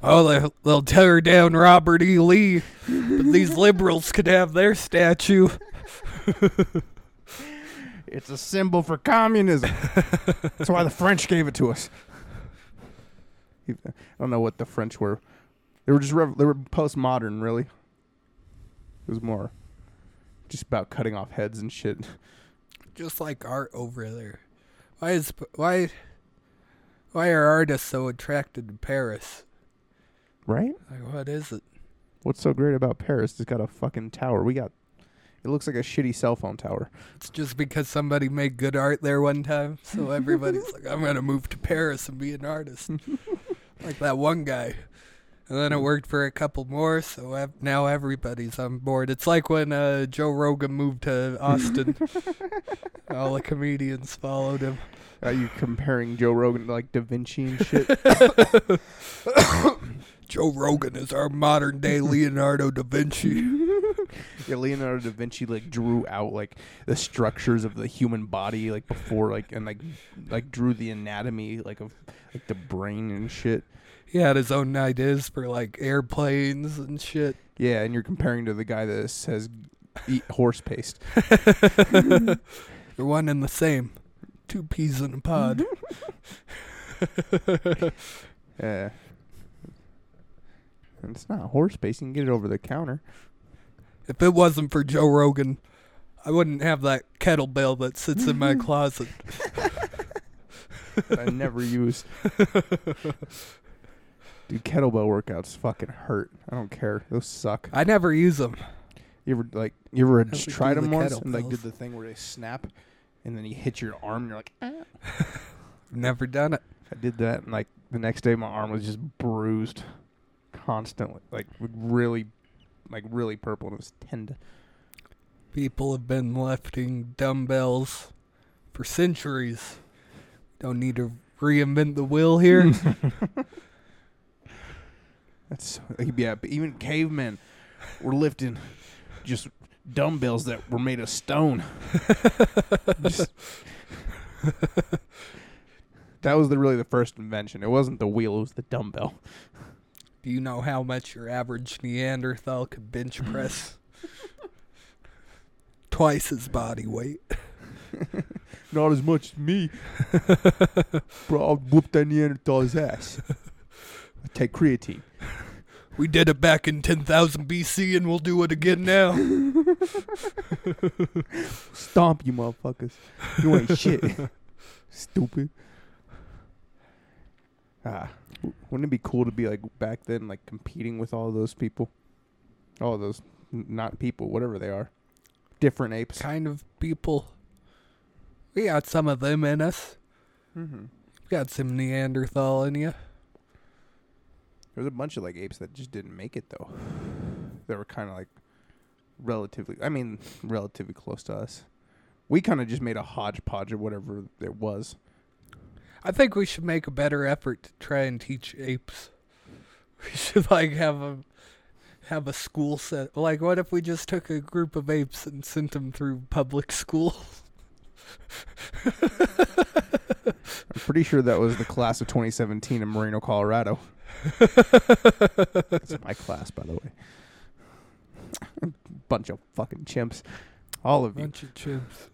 Oh, they'll, they'll tear down Robert E. Lee, but these liberals could have their statue.
It's a symbol for communism. That's why the French gave it to us. I don't know what the French were. They were just rev- they were postmodern, really. It was more just about cutting off heads and shit.
Just like art over there. Why is why why are artists so attracted to Paris?
Right?
Like what is it?
What's so great about Paris? It's got a fucking tower. We got. It looks like a shitty cell phone tower.
It's just because somebody made good art there one time, so everybody's like, I'm gonna move to Paris and be an artist, like that one guy. And then it worked for a couple more, so ev- now everybody's on board. It's like when uh, Joe Rogan moved to Austin, all the comedians followed him.
Are you comparing Joe Rogan to like Da Vinci and shit?
Joe Rogan is our modern day Leonardo da Vinci.
yeah, Leonardo da Vinci like drew out like the structures of the human body like before like and like like drew the anatomy like of like the brain and shit.
He had his own ideas for like airplanes and shit.
Yeah, and you're comparing to the guy that says eat horse paste.
They're one and the same. Two peas in a pod.
Yeah. And it's not horse paste. You can get it over the counter.
if it wasn't for Joe Rogan, I wouldn't have that kettlebell that sits in my closet.
that I never use. Dude, kettlebell workouts fucking hurt. I don't care. Those suck.
I never use them.
You ever like you ever
How'd
just
we
tried
do
them
the
once and like did
kettlebells?
the thing where they snap, and then you hit your arm. and You're like, "Ah."
Never done it.
I did that, and like the next day my arm was just bruised, constantly. Like would really, like really purple, and it was tender.
People have been lifting dumbbells for centuries. Don't need to reinvent the wheel here.
That's like, yeah. But even cavemen were lifting just dumbbells that were made of stone. Just- that was the really the first invention. It wasn't the wheel; it was the dumbbell.
Do you know how much your average Neanderthal could bench press? Twice his body weight.
Not as much as me, bro. I'll whoop that Neanderthal's ass. I take creatine.
We did it back in 10,000 BC and we'll do it again now.
Stomp you, motherfuckers. You ain't shit. Stupid. Ah, w- wouldn't it be cool to be like back then, like competing with all those people, all those n- not people, whatever they are, different apes.
kind of people. We got some of them in us.
Mm-hmm.
We got some Neanderthal in you.
There was a bunch of like apes that just didn't make it though. They were kind of like relatively, I mean, relatively close to us. We kind of just made a hodgepodge of whatever it was.
I think we should make a better effort to try and teach apes. We should like have a have a school set. Like, what if we just took a group of apes and sent them through public school?
I'm pretty sure that was the class of 2017 in Moreno, Colorado. That's my class, by the way. Bunch of fucking chimps. All of you.
Bunch of chimps.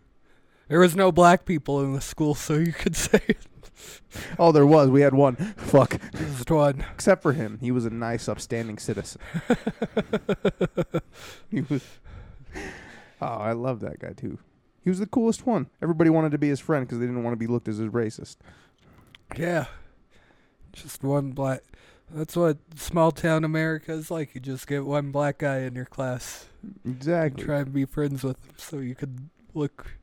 There was no black people in the school, so you could say it
Oh, there was. We had one. Fuck.
just one.
Except for him. He was a nice, upstanding citizen. he was. Oh, I love that guy, too. He was the coolest one. Everybody wanted to be his friend because they didn't want to be looked as a racist.
Yeah. Just one black. That's what small town America is like. You just get one black guy in your class. and
Exactly.
Try and be friends with him so you could look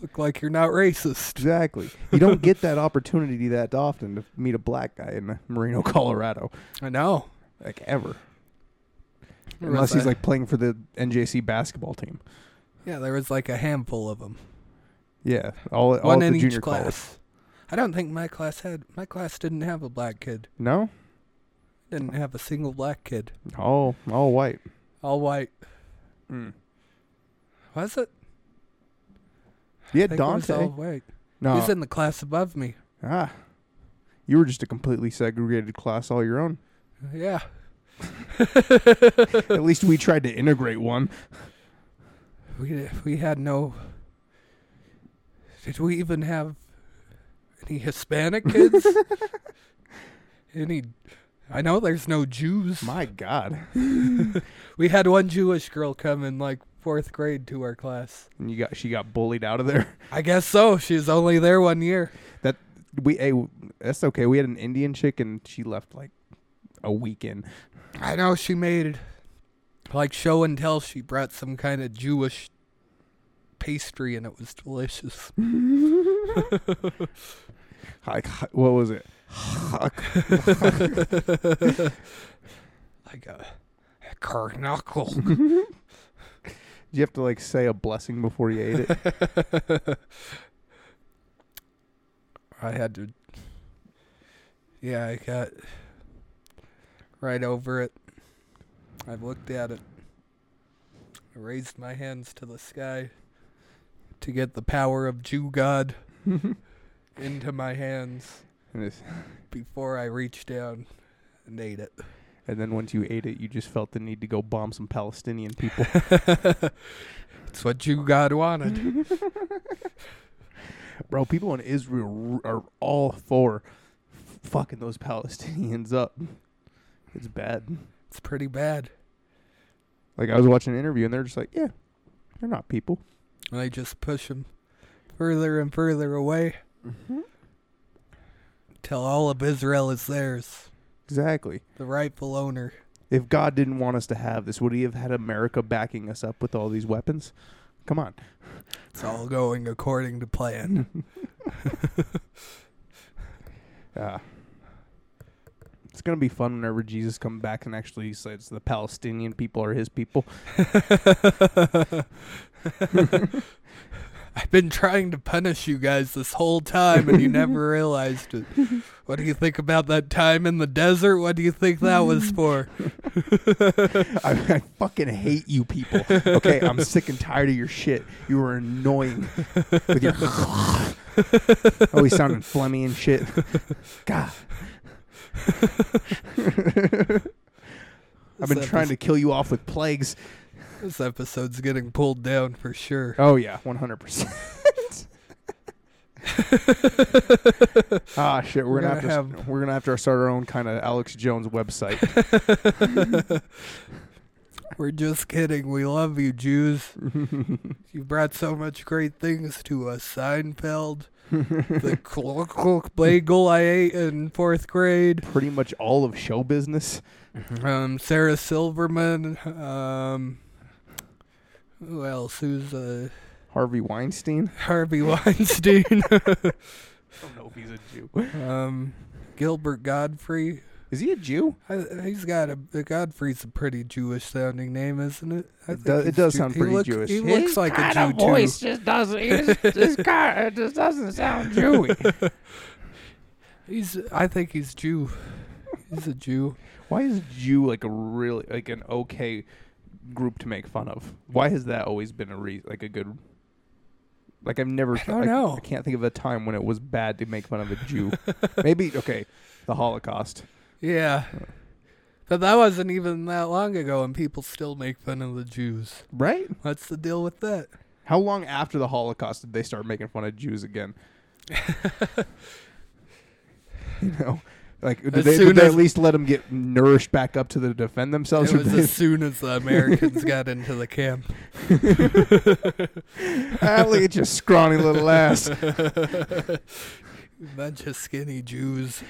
look like you're not racist.
Exactly. You don't get that opportunity that often to meet a black guy in Moreno, Colorado,
I know.
like ever. Unless he's like playing for the NJC basketball team.
yeah, there was like a handful of them,
Yeah, all, all
one
at
in
the junior
each
class.
class. I don't think my class had my class didn't have a black kid.
No,
Didn't have a single black kid.
all all white.
All white.
Mm.
Was it?
Yeah,
I think it was
Dante.
all white.
No,
He's in the class above me.
ah, you were just a completely segregated class all your own.
Yeah.
at least we tried to integrate one.
We we had no. Did we even have any Hispanic kids? any? I know there's no Jews.
My God,
we had one Jewish girl come and like fourth grade to our class.
And you got she got bullied out of there.
I guess so. She was only there one year.
That we hey, that's okay. We had an Indian chick and she left like a weekend.
I know she made like show and tell. She brought some kind of Jewish pastry and it was delicious.
Like what was it?
like a, a carnacle.
Did you have to like say a blessing before you ate it?
I had to. Yeah, I got right over it. I looked at it. I raised my hands to the sky to get the power of Jew God into my hands
And, it's-
before I reached down and ate it.
and then once you ate it, you just felt the need to go bomb some Palestinian people.
It's what Jew God wanted.
Bro, people in Israel r- are all for f- fucking those Palestinians up. It's bad.
It's pretty bad.
Like I was watching an interview and they're just like, yeah, they're not people.
And I just push him further and further away till all of Israel is theirs.
Exactly.
The rightful owner.
If God didn't want us to have this, would He have had America backing us up with all these weapons? Come on.
It's all going according to plan.
Uh, it's gonna be fun whenever Jesus comes back and actually says the Palestinian people are His people. Hmm.
I've been trying to punish you guys this whole time and you never realized it. What do you think about that time in the desert? What do you think that was for?
I, I fucking hate you people. Okay, I'm sick and tired of your shit. You were annoying with your always sounding phlegmy and shit. God. I've been
This
trying to kill you off with plagues.
epi- This episode's getting pulled down for sure.
Oh yeah, one hundred percent. Ah shit, we're,
We're
gonna,
gonna
have to we're gonna have to start our own kind of Alex Jones website.
We're just kidding. We love you, Jews. you brought so much great things to us. Seinfeld, the clock clock bagel I ate in fourth grade,
Pretty much all of show business.
um, Sarah Silverman, um, who else? Who's uh,
Harvey Weinstein.
Harvey Weinstein?
I don't know if he's a Jew.
um, Gilbert Godfrey.
Is he a Jew?
I, he's got a Godfrey's a pretty Jewish sounding name, isn't it? I
It
think
does- it
he's
does
Jew-
sound
he
pretty
look-
Jewish.
He looks
His
like a
kind
Jew
of
too.
voice just doesn't. He just, this guy, it just doesn't sound Jewy.
He's. I think he's Jew. He's a Jew.
Why is Jew like a really like an okay group to make fun of? Why has that always been a re- like a good like I've never
I don't know.
I can't think of a time when it was bad to make fun of a Jew. Maybe okay, the Holocaust.
Yeah. But that wasn't even that long ago, and people still make fun of the Jews.
Right?
What's the deal with that?
How long after the Holocaust did they start making fun of Jews again? you know, like did,
As
they,
soon
did they
as-
at least let them get nourished back up to the defend themselves?
It
or
was
did
as soon as the Americans got into the camp.
they- ah, look at your scrawny little ass.
Bunch of skinny Jews.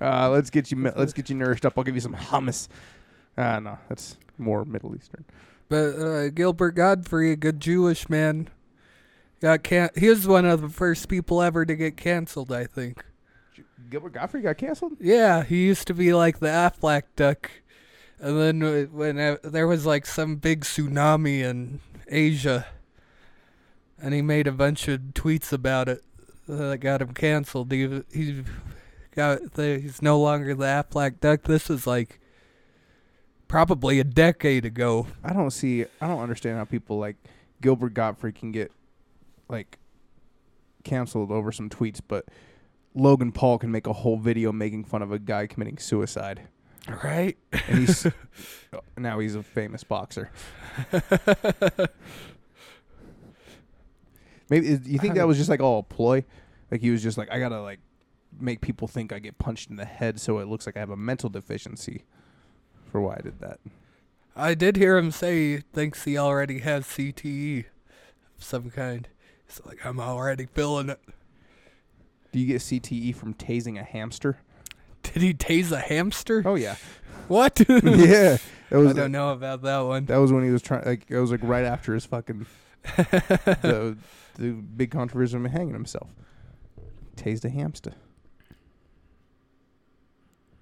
Uh, let's get you. mi- Let's get you nourished up. I'll give you some hummus. Uh, no, that's more Middle Eastern.
But uh, Gilbert Godfrey, a good Jewish man, got can. He was one of the first people ever to get canceled, I think.
Gilbert Godfrey got canceled.
Yeah, he used to be like the Aflac duck, and then w- when uh, there was like some big tsunami in Asia, and he made a bunch of tweets about it uh, that got him canceled. He he got the, he's no longer the Aflac duck. This is like probably a decade ago.
I don't see. I don't understand how people like Gilbert Godfrey can get like canceled over some tweets, but Logan Paul can make a whole video making fun of a guy committing suicide,
Right?
and he's Oh, now he's a famous boxer. Maybe is- you think that was just like all a ploy? Like he was just like, I gotta like make people think I get punched in the head so it looks like I have a mental deficiency for why I did that.
I did hear him say he thinks he already has CTE of some kind. He's like, I'm already feeling it.
Do you get CTE from tasing a hamster?
Did he tase a hamster?
Oh yeah,
What?
yeah. That
I
was
don't know about that one.
that was when he was trying. Like it was like right after his fucking the the big controversy of him hanging himself. Tased a hamster.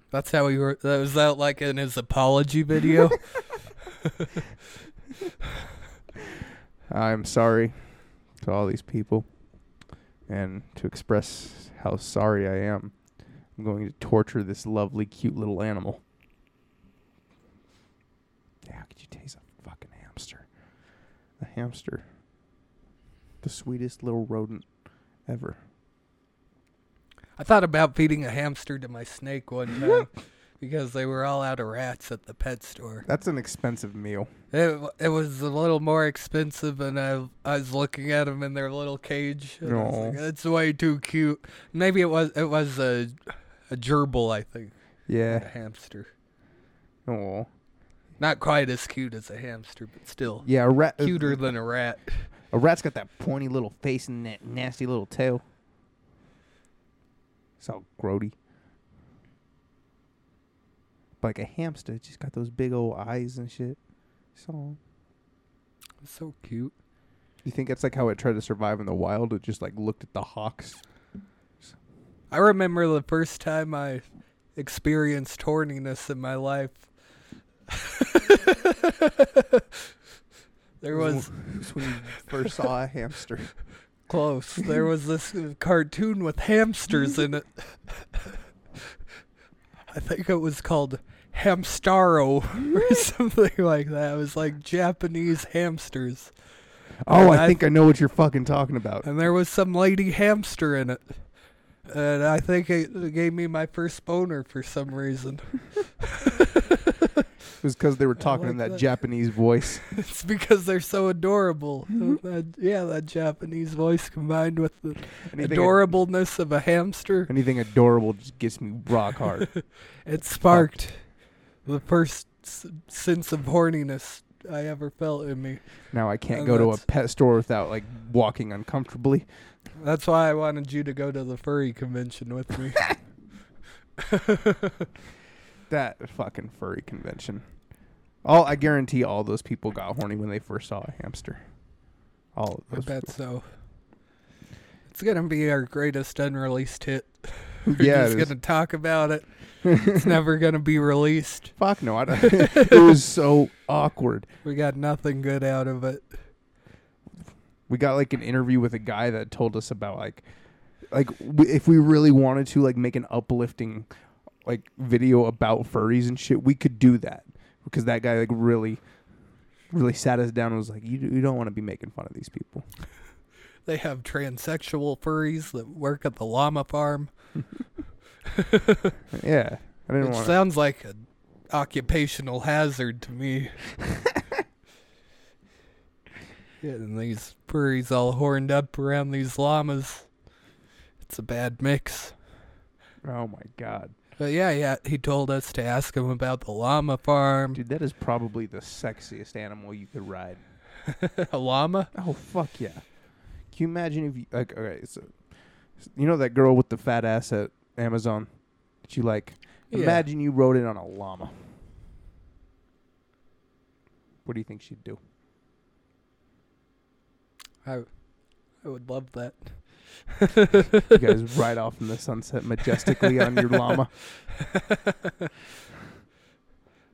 That's how he were. That was that like in his apology video.
I'm sorry to all these people, and to express how sorry I am, I'm going to torture this lovely, cute little animal. Yeah, How could you taste a fucking hamster? A hamster, the sweetest little rodent ever.
I thought about feeding a hamster to my snake one time because they were all out of rats at the pet store.
That's an expensive meal.
It, w- it was a little more expensive, and I, I was looking at them in their little cage. And I was like,
Aw.
That's way too cute. Maybe it was it was a a gerbil, I think, not a
Yeah.
hamster.
Oh.
Not quite as cute as a hamster, but still
Yeah, a rat.
cuter than a rat.
A rat's got that pointy little face and that nasty little tail. It's all grody. But like a hamster, it's just got those big old eyes and shit. So
So cute.
you think that's like how it tried to survive in the wild? It just like looked at the hawks.
I remember the first time I experienced horniness in my life. there was
That's when you first saw a hamster.
close. There was this uh, cartoon with hamsters in it. I think it was called Hamstaro or something like that. It was like Japanese hamsters.
Oh, I
I- Uh,
think I know what you're fucking talking about.
And there was some lady hamster in it. And I think it it gave me my first boner for some reason.
It was because they were talking in
like
that
that.
Japanese voice.
It's because they're so adorable. That- yeah, that Japanese voice combined with the
Anything-
adorableness of a hamster,
Anything adorable just gets me rock hard.
it sparked the first s- sense of horniness I ever felt in me.
Now I can't
And
go to a
that's-
pet store without like walking uncomfortably.
That's why I wanted you to go to the furry convention with me.
That fucking furry convention. All I guarantee all those people got horny when they first saw a hamster. All
I
of those.
bet so. It's gonna be our greatest unreleased hit. We're
Yeah,
just
it is.
gonna talk about it. it's never gonna be released.
Fuck no! I don't, it was so awkward.
We got nothing good out of it.
We got like an interview with a guy that told us about like, like w- if we really wanted to like make an uplifting, like video about furries and shit, we could do that because that guy like really, really sat us down and was like, you, you don't want to be making fun of these people.
They have transsexual furries that work at the llama farm.
Yeah, I didn't
It
want.
sounds like an occupational hazard to me. Getting these furries all horned up around these llamas. It's a bad mix.
Oh my god,
But yeah, yeah, he told us to ask him about the llama farm.
dude, that is probably the sexiest animal you could ride.
a llama?
Oh fuck yeah! Can you imagine if you like? Okay, so you know that girl with the fat ass at Amazon that you like?
Yeah.
Imagine you rode it on a llama. What do you think she'd do?
I, I would love that.
You guys ride off in the sunset majestically on your llama.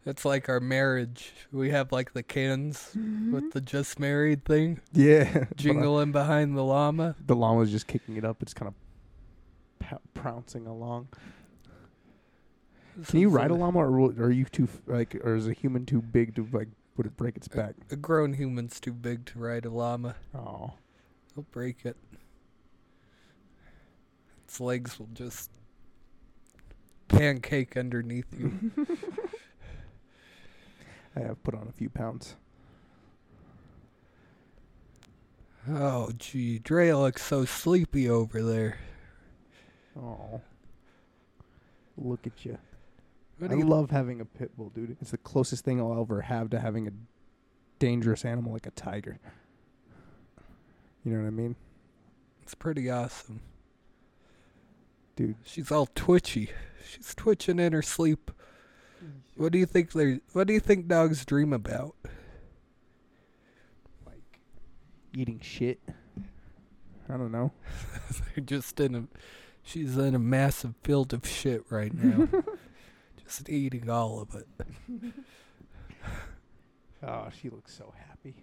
It's like our marriage. We have like the cans with the just married thing,
Yeah, Mm-hmm. but, uh,
jingling behind the llama.
the llama's just kicking it up. It's kind of pow- pouncing along. Can you ride a llama, or will- are you too f- like, or is a human too big to like? Would it break its back?
A grown human's too big to ride a llama.
Oh,
He'll break it. Its legs will just pancake underneath you.
I have put on a few pounds.
oh, gee, Dre looks so sleepy over there.
Oh, look at you.
What
I
do you-
love having a pit bull, dude. It's the closest thing I'll ever have to having a dangerous animal like a tiger. You know what I mean,
it's pretty awesome.
dude?
She's all twitchy. She's twitching in her sleep. What do you think they what do you think dogs dream about?
Like eating shit. I don't know.
They're just in a she's in a massive field of shit right now. just eating all of it.
Oh, she looks so happy.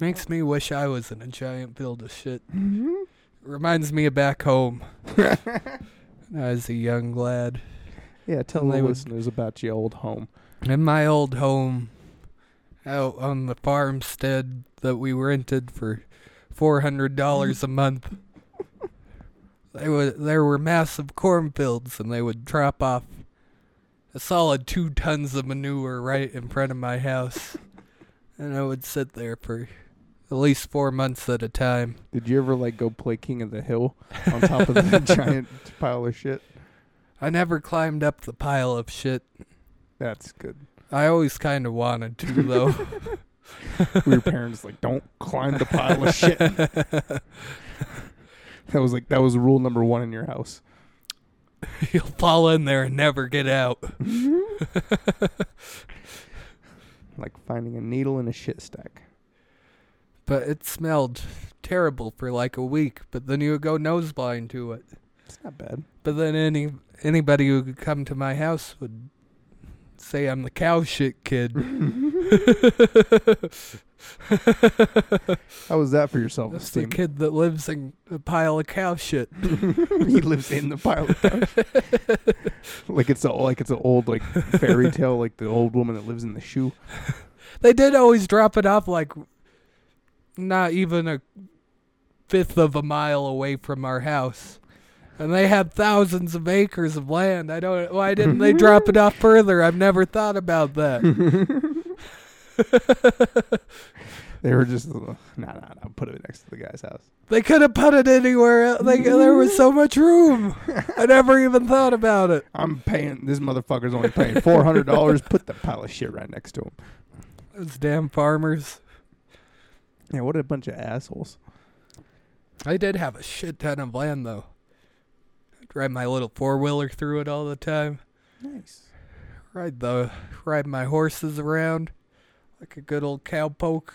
Makes me wish I was in a giant field of shit. Reminds me of back home. when I was a young lad.
Yeah, tell
And
the
they would-
listeners about your old home.
In my old home, out on the farmstead that we rented for four hundred dollars a month, they wa there were massive cornfields, and they would drop off a solid two tons of manure right in front of my house, and I would sit there for at least four months at a time.
Did you ever like go play King of the Hill on top of the giant pile of shit?
I never climbed up the pile of shit.
That's good.
I always kind of wanted to, though.
Your parents like don't climb the pile of shit. That was like that was rule number one in your house.
You'll fall in there and never get out. Mm-hmm.
Like finding a needle in a shit stack.
But it smelled terrible for like a week. But then you would go nose blind to it.
It's not bad.
But then any anybody who could come to my house would say I'm the cow shit kid.
How was that for your self
That's the
esteem?
kid that lives in a pile of cow shit.
he lives in the pile of couch. like it's a, like it's an old like fairy tale, like the old woman that lives in the shoe.
They did always drop it off like not even a fifth of a mile away from our house. And they had thousands of acres of land. I don't why didn't they drop it off further? I've never thought about that.
They were just no, no, no. Put it next to the guy's house.
They could have put it anywhere else. Like there was so much room. I never even thought about it.
I'm paying. This motherfucker's only paying four hundred dollars. Put the pile of shit right next to him.
Those damn farmers.
Yeah, what a bunch of assholes.
I did have a shit ton of land though. I'd ride my little four wheeler through it all the time.
Nice.
Ride the ride my horses around like a good old cowpoke.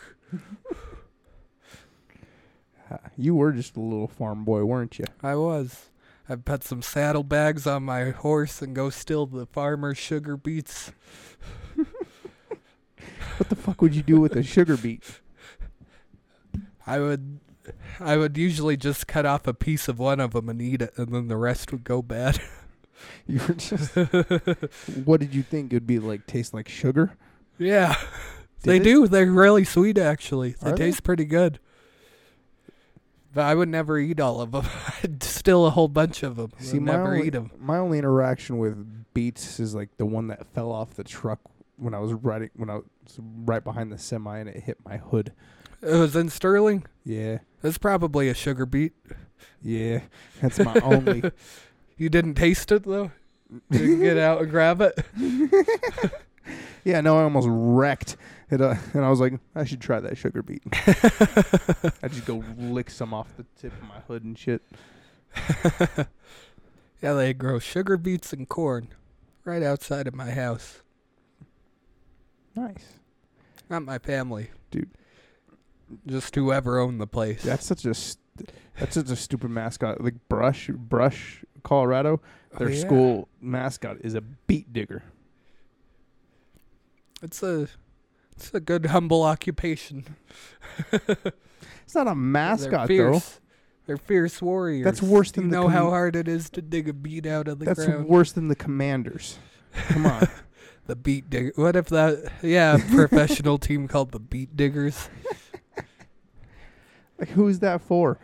you were just a little farm boy, weren't you?
I was. I'd put some saddlebags on my horse and go steal the farmer's sugar beets.
What the fuck would you do with a sugar beet?
I would I would usually just cut off a piece of one of them and eat it and then the rest would go bad.
You were just. what did you think it would be like? Taste like sugar?
yeah. they
Did it?
do. They're really sweet actually. They
Are they?
taste pretty good. But I would never eat all of them. I'd steal a whole bunch of them.
See, my
never
only,
eat them.
my only interaction with beets is like the one that fell off the truck when I was riding when I was right behind the semi and it hit my hood.
It was in Sterling.
Yeah,
That's probably a sugar beet.
yeah, that's my only.
You didn't taste it though. You didn't get out and grab it.
Yeah, no, I almost wrecked it, uh, and I was like, I should try that sugar beet. I just go lick some off the tip of my hood and shit.
Yeah, they grow sugar beets and corn right outside of my house.
Nice.
Not my family,
Dude.
Just whoever owned the place.
That's such a st- that's such a stupid mascot. Like Brush Brush Colorado,
Oh,
their
yeah.
school mascot is a beet digger.
It's a, it's a good humble occupation.
It's not a mascot
They're
though.
fierce. They're fierce warriors.
That's worse than
you
the
know
com-
how hard it is to dig a beet out of the
That's
ground.
worse than the Commanders. Come on.
the beet digger. What if that? Yeah, a professional team called the beet diggers.
like who's that for?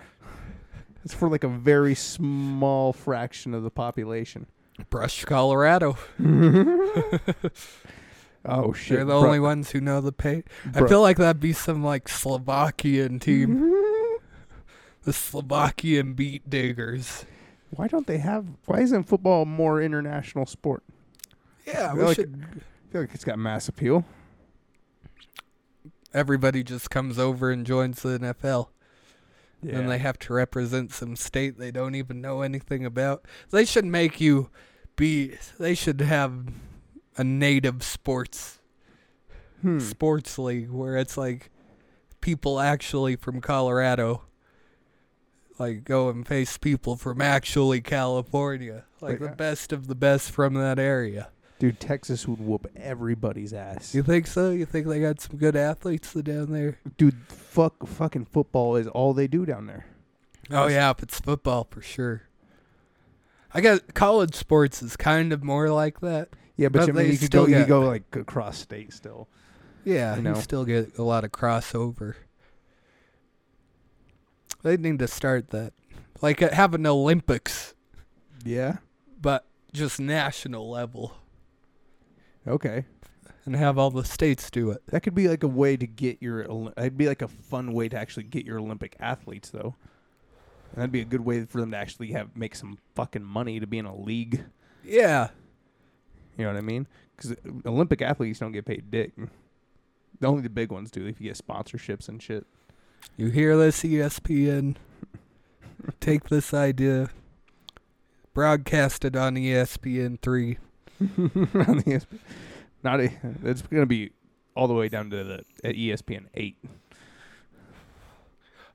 It's for like a very small fraction of the population.
Brush, Colorado.
Mm-hmm. Oh shit.
They're the
Bru-
only ones who know the pay. I
Bru-
feel like that'd be some like
Mm-hmm.
Slovakian team. the Slovakian beat diggers.
Why don't they have? Why isn't football a more international sport?
Yeah,
I
we
feel like-
should.
I feel like it's got mass appeal.
Everybody just comes over and joins the NFL. and they have to represent some state they don't even know anything about. They should make you be. They should have a native sports
Hmm.
sports league where it's like people actually from Colorado, like go and face people from actually California, like
Wait,
the
uh,
best of the best from that area.
Dude, Texas would whoop everybody's ass.
You think so? You think they got some good athletes down there?
Dude, fuck, fucking football is all they do down there.
Oh yeah, if it's football for sure. I got college sports is kind of more like that.
Yeah, but,
But
you- I mean,
they
you could
still
go, you
get-
could go like across state still.
Yeah,
you
you,
know?
still get a lot of crossover. They need to start that, like uh, have an Olympics,
Yeah.
but just national level,
Okay.
and have all the states do it.
That could be like a way to get your. Oli- It'd be like a fun way to actually get your Olympic athletes though. And that'd be a good way for them to actually have make some fucking money to be in a league.
Yeah,
You know what I mean? Because Olympic athletes don't get paid dick. The Only the big ones do. If you get sponsorships and shit.
you hear this, E ESPN? Take this idea, broadcast it on E ESPN three.
on the E ESPN. Not a, it's going to be all the way down to the at E ESPN eight.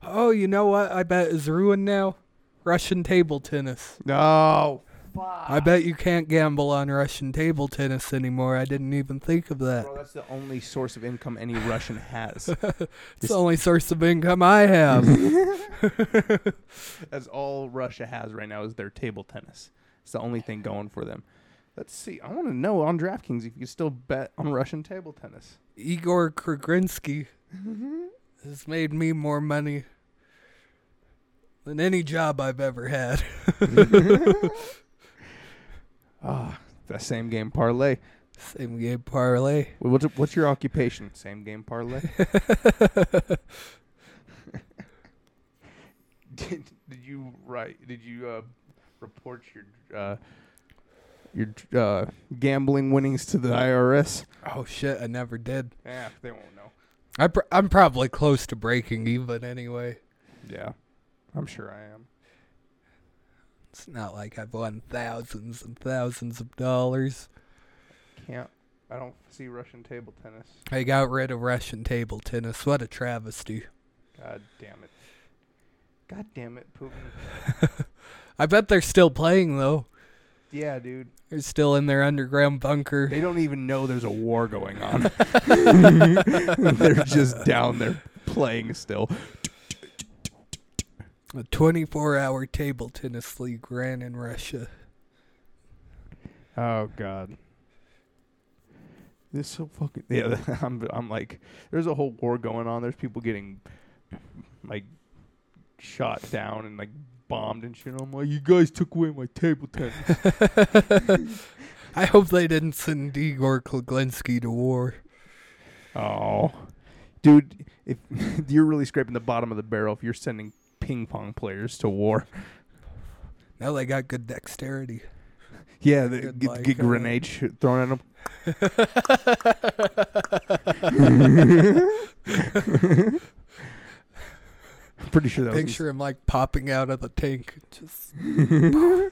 Oh, you know what? I bet is ruined now. Russian table tennis.
No,
I bet you can't gamble on Russian table tennis anymore. I didn't even think of that.
bro, that's the only source of income any Russian has.
It's the only source of income I have.
that's all Russia has right now is their table tennis. It's the only thing going for them. Let's see. I want to know on DraftKings if you can still bet on Russian table tennis.
Igor Kragrinsky has made me more money than any job I've ever had.
Ah, the same game parlay.
Same game parlay.
Wh- What's what's your occupation? Same game parlay. did, did you write? Did you uh, report your uh, your uh, gambling winnings to the IRS?
Oh shit, I never did.
Yeah, they won't know.
I pr- I'm probably close to breaking even anyway.
Yeah, I'm sure I am.
It's not like I've won thousands and thousands of dollars.
Can't. I don't see Russian table tennis.
I got rid of Russian table tennis. What a travesty.
God damn it. God damn it, Putin.
I bet they're still playing though.
Yeah, dude.
They're still in their underground bunker.
They don't even know there's a war going on. They're just down there playing still.
A 24 hour table tennis league ran in Russia.
Oh God. This so fucking yeah. I'm I'm like, there's a whole war going on. There's people getting like shot down and like bombed and shit. I'm like, you guys took away my table tennis.
I hope they didn't send Igor Klaglinski to war.
oh, dude, if you're really scraping the bottom of the barrel if you're sending ping pong players to war.
Now they got good dexterity.
Yeah, they
Good
get,
luck,
get
uh,
grenades sh- thrown at them. Pretty sure that was in-
Picture him like popping out of the tank, just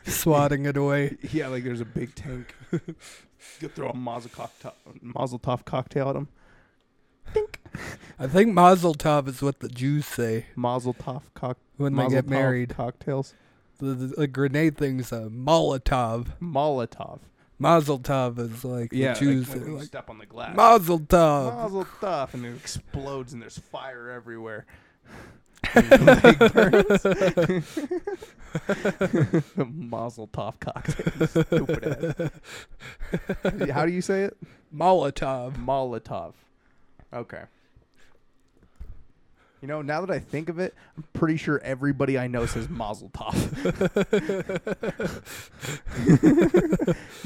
swatting it away.
Yeah, like there's a big tank. you throw a Mazel, cockta- Mazel Tov cocktail at him.
I think Mazel Tov is what the Jews say
Mazel Tov cock.
when
Mazel
they get
Tov
married.
cocktails.
The, the, the grenade thing's a Molotov.
Molotov.
Mazel Tov is like
Yeah,
the Jews.
like, when
are
you
like,
step on the glass.
Mazel Tov.
Mazel Tov, and it explodes, and there's fire everywhere. And the leg burns. Mazel Tov cocktail. Stupid ass. How do you say it?
Molotov.
Molotov. Okay. You know, now that I think of it, I'm pretty sure everybody I know says Mazel Tov.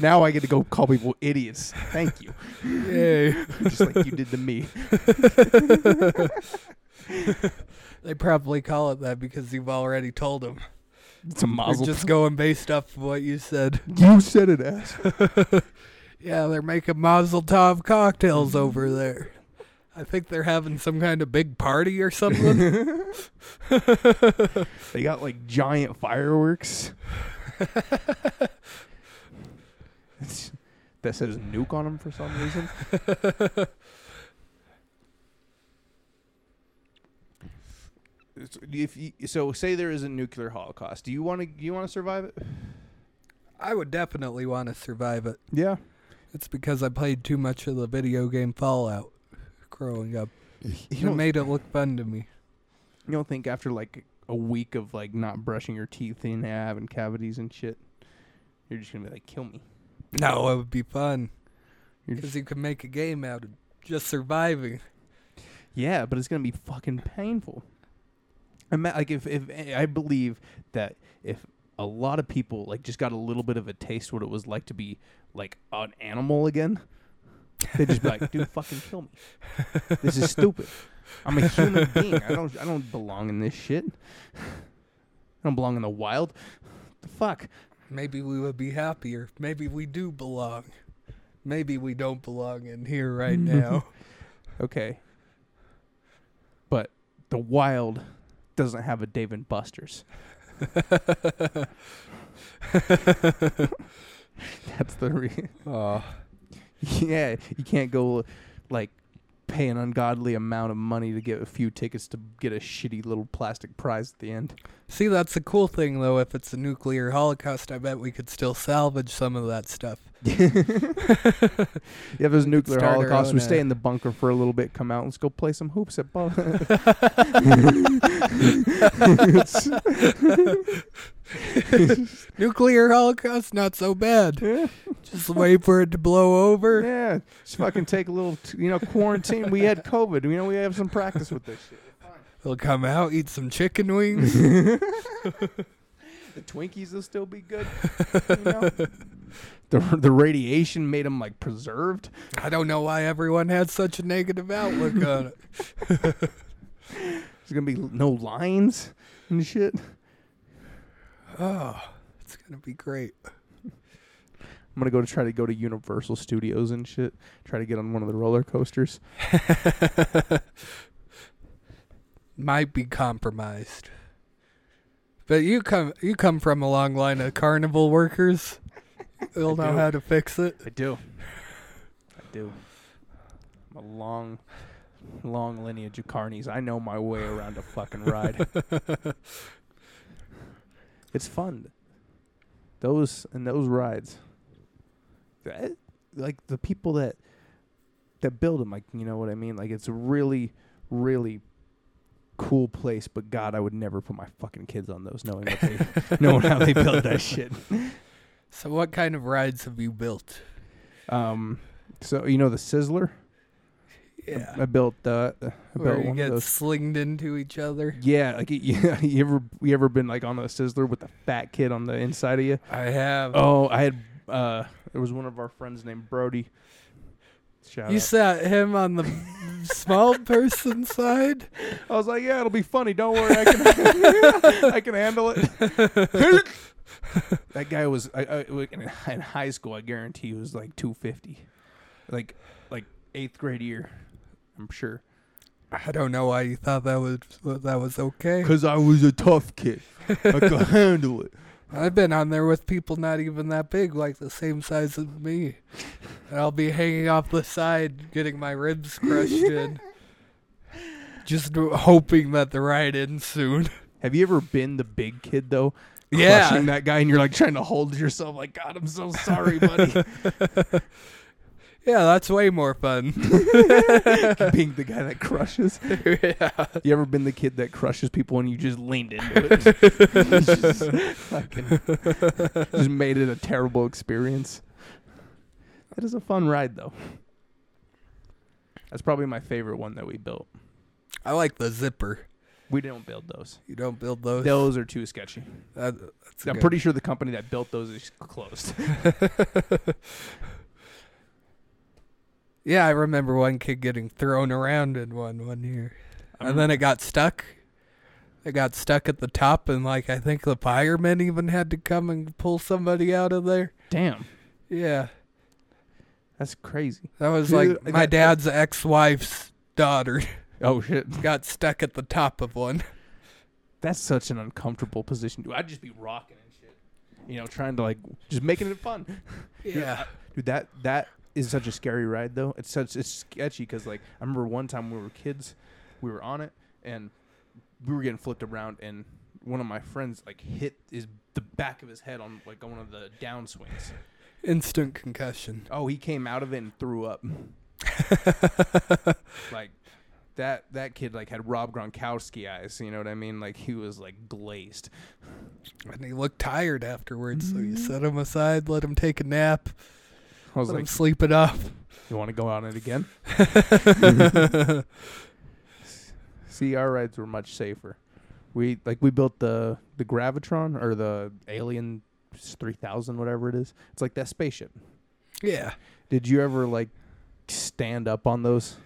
now I get to go call people idiots. Thank you.
Yay.
Just like you did to me.
They probably call it that because you've already told them.
It's a
We're
muzzle.
just going based off of what you said.
you said it, ass.
Yeah, they're making Mazel Tov cocktails over there. I think they're having some kind of big party or something.
They got like giant fireworks. It's- that says nuke on them for some reason. It's- if you, so, say there is a nuclear holocaust. Do you want to? Do you want to survive it?
I would definitely want to survive it.
Yeah.
It's because I played too much of the video game Fallout growing up.
You
It
don't,
made it look fun to me.
you don't think after like a week of like not brushing your teeth and having cavities and shit, you're just gonna be like, kill me.
No, it would be fun
You're just
because you can make a game out of just surviving.
Yeah, but it's gonna be fucking painful. I'm like if if I believe that if a lot of people like just got a little bit of a taste what it was like to be like an animal again, they'd just be like, "Dude, fucking kill me. This is stupid. I'm a human being. I don't I don't belong in this shit. I don't belong in the wild. The fuck."
Maybe we would be happier. Maybe we do belong. Maybe we don't belong in here right now.
Okay. But the wild doesn't have a Dave and Buster's. That's the re-
Aw.
Yeah, you can't go like pay an ungodly amount of money to get a few tickets to get a shitty little plastic prize at the end.
See, that's the cool thing, though. If it's a nuclear holocaust, I bet we could still salvage some of that stuff.
Yeah, if there's a nuclear
start our
holocaust, we
own,
stay
uh,
in the bunker for a little bit, come out, let's go play some hoops at ball.
Nuclear holocaust, not so bad.
yeah,
Just wait for it to blow over.
yeah, just fucking take a little, t- you know, quarantine. We had COVID. You know, we have some practice with this shit.
It'll come out, eat some chicken wings.
The Twinkies will still be good. you know? The the radiation made them like preserved.
I don't know why everyone had such a negative outlook on it.
There's gonna be no lines and shit.
Oh, it's gonna be great.
I'm gonna go to try to go to Universal Studios and shit. Try to get on one of the roller coasters.
Might be compromised. But you come you come from a long line of carnival workers. They'll
I
know
do.
how to fix it.
I do. I do. I'm a long, long lineage of carnies. I know my way around a fucking ride. it's fun. Those and those rides. That- like the people that that build them, like you know what I mean. Like it's a really, really cool place. But God, I would never put my fucking kids on those, knowing what they, knowing how they build that shit.
So what kind of rides have you built?
Um, so you know the Sizzler. I built uh, I
Where
built
you
one of
get
those.
slinged into each other.
Yeah, like you, you ever you ever been like on a sizzler with a fat kid on the inside of you?
I have.
Oh, I had uh there was one of our friends named Brody. Shout
you
out.
sat him on the small person side.
I was like, yeah, it'll be funny. Don't worry, I can I can handle it. that guy was I, I, in in high school. I guarantee he was like two fifty, like like eighth grade year. I'm sure.
I don't know why you thought that was that was okay.
Cause I was a tough kid. I could handle it.
I've been on there with people not even that big, like the same size as me. And I'll be hanging off the side, getting my ribs crushed in. Just w- hoping that the ride ends soon.
Have you ever been the big kid though?
Yeah.
Crushing that guy and you're like trying to hold yourself like God, I'm so sorry, buddy.
Yeah, that's way more fun.
Being the guy that crushes.
yeah.
You ever been the kid that crushes people and you just leaned into it? just, fucking, just made it a terrible experience. That is a fun ride though. That's probably my favorite one that we built.
I like the zipper.
We didn't build those.
You don't build those.
Those are too sketchy.
That, that's
I'm
good.
pretty sure the company that built those is closed.
Yeah, I remember one kid getting thrown around in one one year, and then it got stuck, It got stuck at the top, and like I think the firemen even had to come and pull somebody out of there.
Damn,
Yeah,
that's crazy.
that was
Dude,
like
I
my
got-
dad's ex-wife's daughter
Oh shit,
got stuck at the top of one.
that's such an uncomfortable position. Dude, I'd just be rocking and shit. You know, trying to like just making it fun.
Yeah,
dude that that is such a scary ride though it's such it's sketchy because like i remember one time when we were kids we were on it and we were getting flipped around and one of my friends like hit his the back of his head on like one of the downswings
instant concussion.
oh he came out of it and threw up like that that kid like had rob gronkowski eyes you know what i mean like he was like glazed
And he looked tired afterwards, so you set him aside, let him take a nap,
i was
let him
like
sleep it off.
you want to go on it again See, our rides were much safer. We like we built the the gravitron or the alien three thousand whatever it is. It's like that spaceship.
yeah,
Did you ever like stand up on those?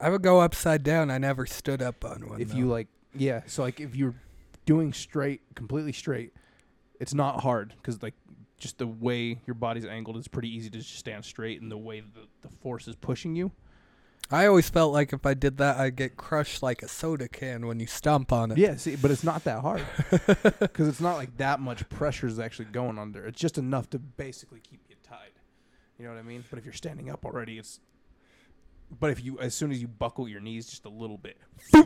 I would go upside down. I never stood up on one.
if
though.
you like, yeah. So like if you're doing straight, completely straight, it's not hard because like just the way your body's angled is pretty easy to just stand straight, and the way the, the force is pushing you.
I always felt like if I did that, I'd get crushed like a soda can when you stomp on it.
Yeah, see, but it's not that hard because it's not like that much pressure is actually going under. It's just enough to basically keep you tied. You know what I mean? But if you're standing up already, it's. But if you, as soon as you buckle your knees just a little bit,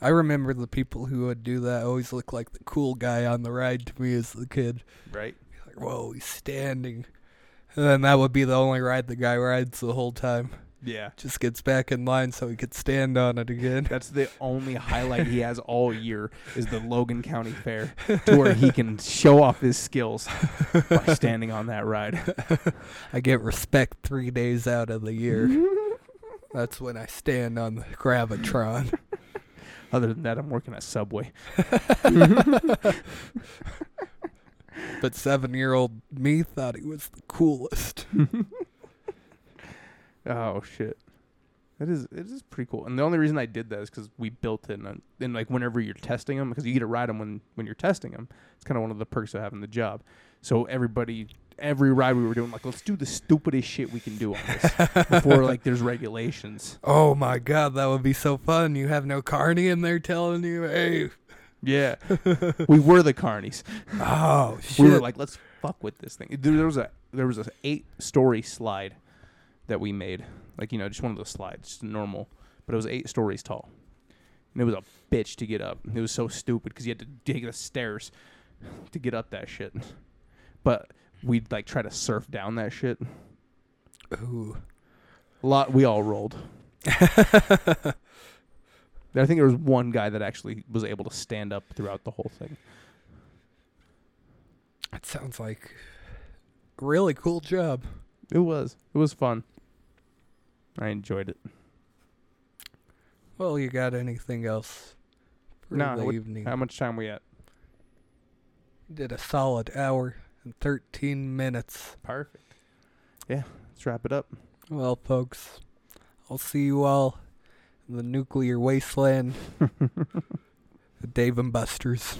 I remember the people who would do that always looked like the cool guy on the ride to me as the kid.
right?
Like, whoa, he's standing. And then that would be the only ride the guy rides the whole time.
Yeah,
Just gets back in line so he could stand on it again.
that's the only highlight he has all year is the Logan County Fair, to where he can show off his skills by standing on that ride.
I get respect three days out of the year. That's when I stand on the Gravitron.
Other than that, I'm working at Subway.
But seven year old me thought he was the coolest.
Oh shit. That is it is pretty cool. And the only reason I did that is because we built it, and, uh, and like whenever you're testing them, because you get to ride them when when you're testing them. It's kind of one of the perks of having the job. So everybody, every ride we were doing, like let's do the stupidest shit we can do on this before like there's regulations.
Oh my god, that would be so fun. You have no carney in there telling you, hey,
Yeah, we were the carnies.
oh shit.
We were like let's fuck with this thing. There, there was a there was a eight story slide that we made, like you know just one of those slides, just normal, but it was eight stories tall. and it was a bitch to get up. It was so stupid because you had to dig the stairs to get up that shit. But we'd like try to surf down that shit.
Ooh.
A lot. We all rolled. I think there was one guy that actually was able to stand up throughout the whole thing.
That sounds like a really cool job.
It was. It was fun. I enjoyed it.
Well, you got anything else for
Nah,
the
what-
evening?
How much time we at?
Did a solid hour and 13 minutes.
Perfect. Yeah. Let's wrap it up.
Well, folks, I'll see you all in the nuclear wasteland. Dave and Buster's.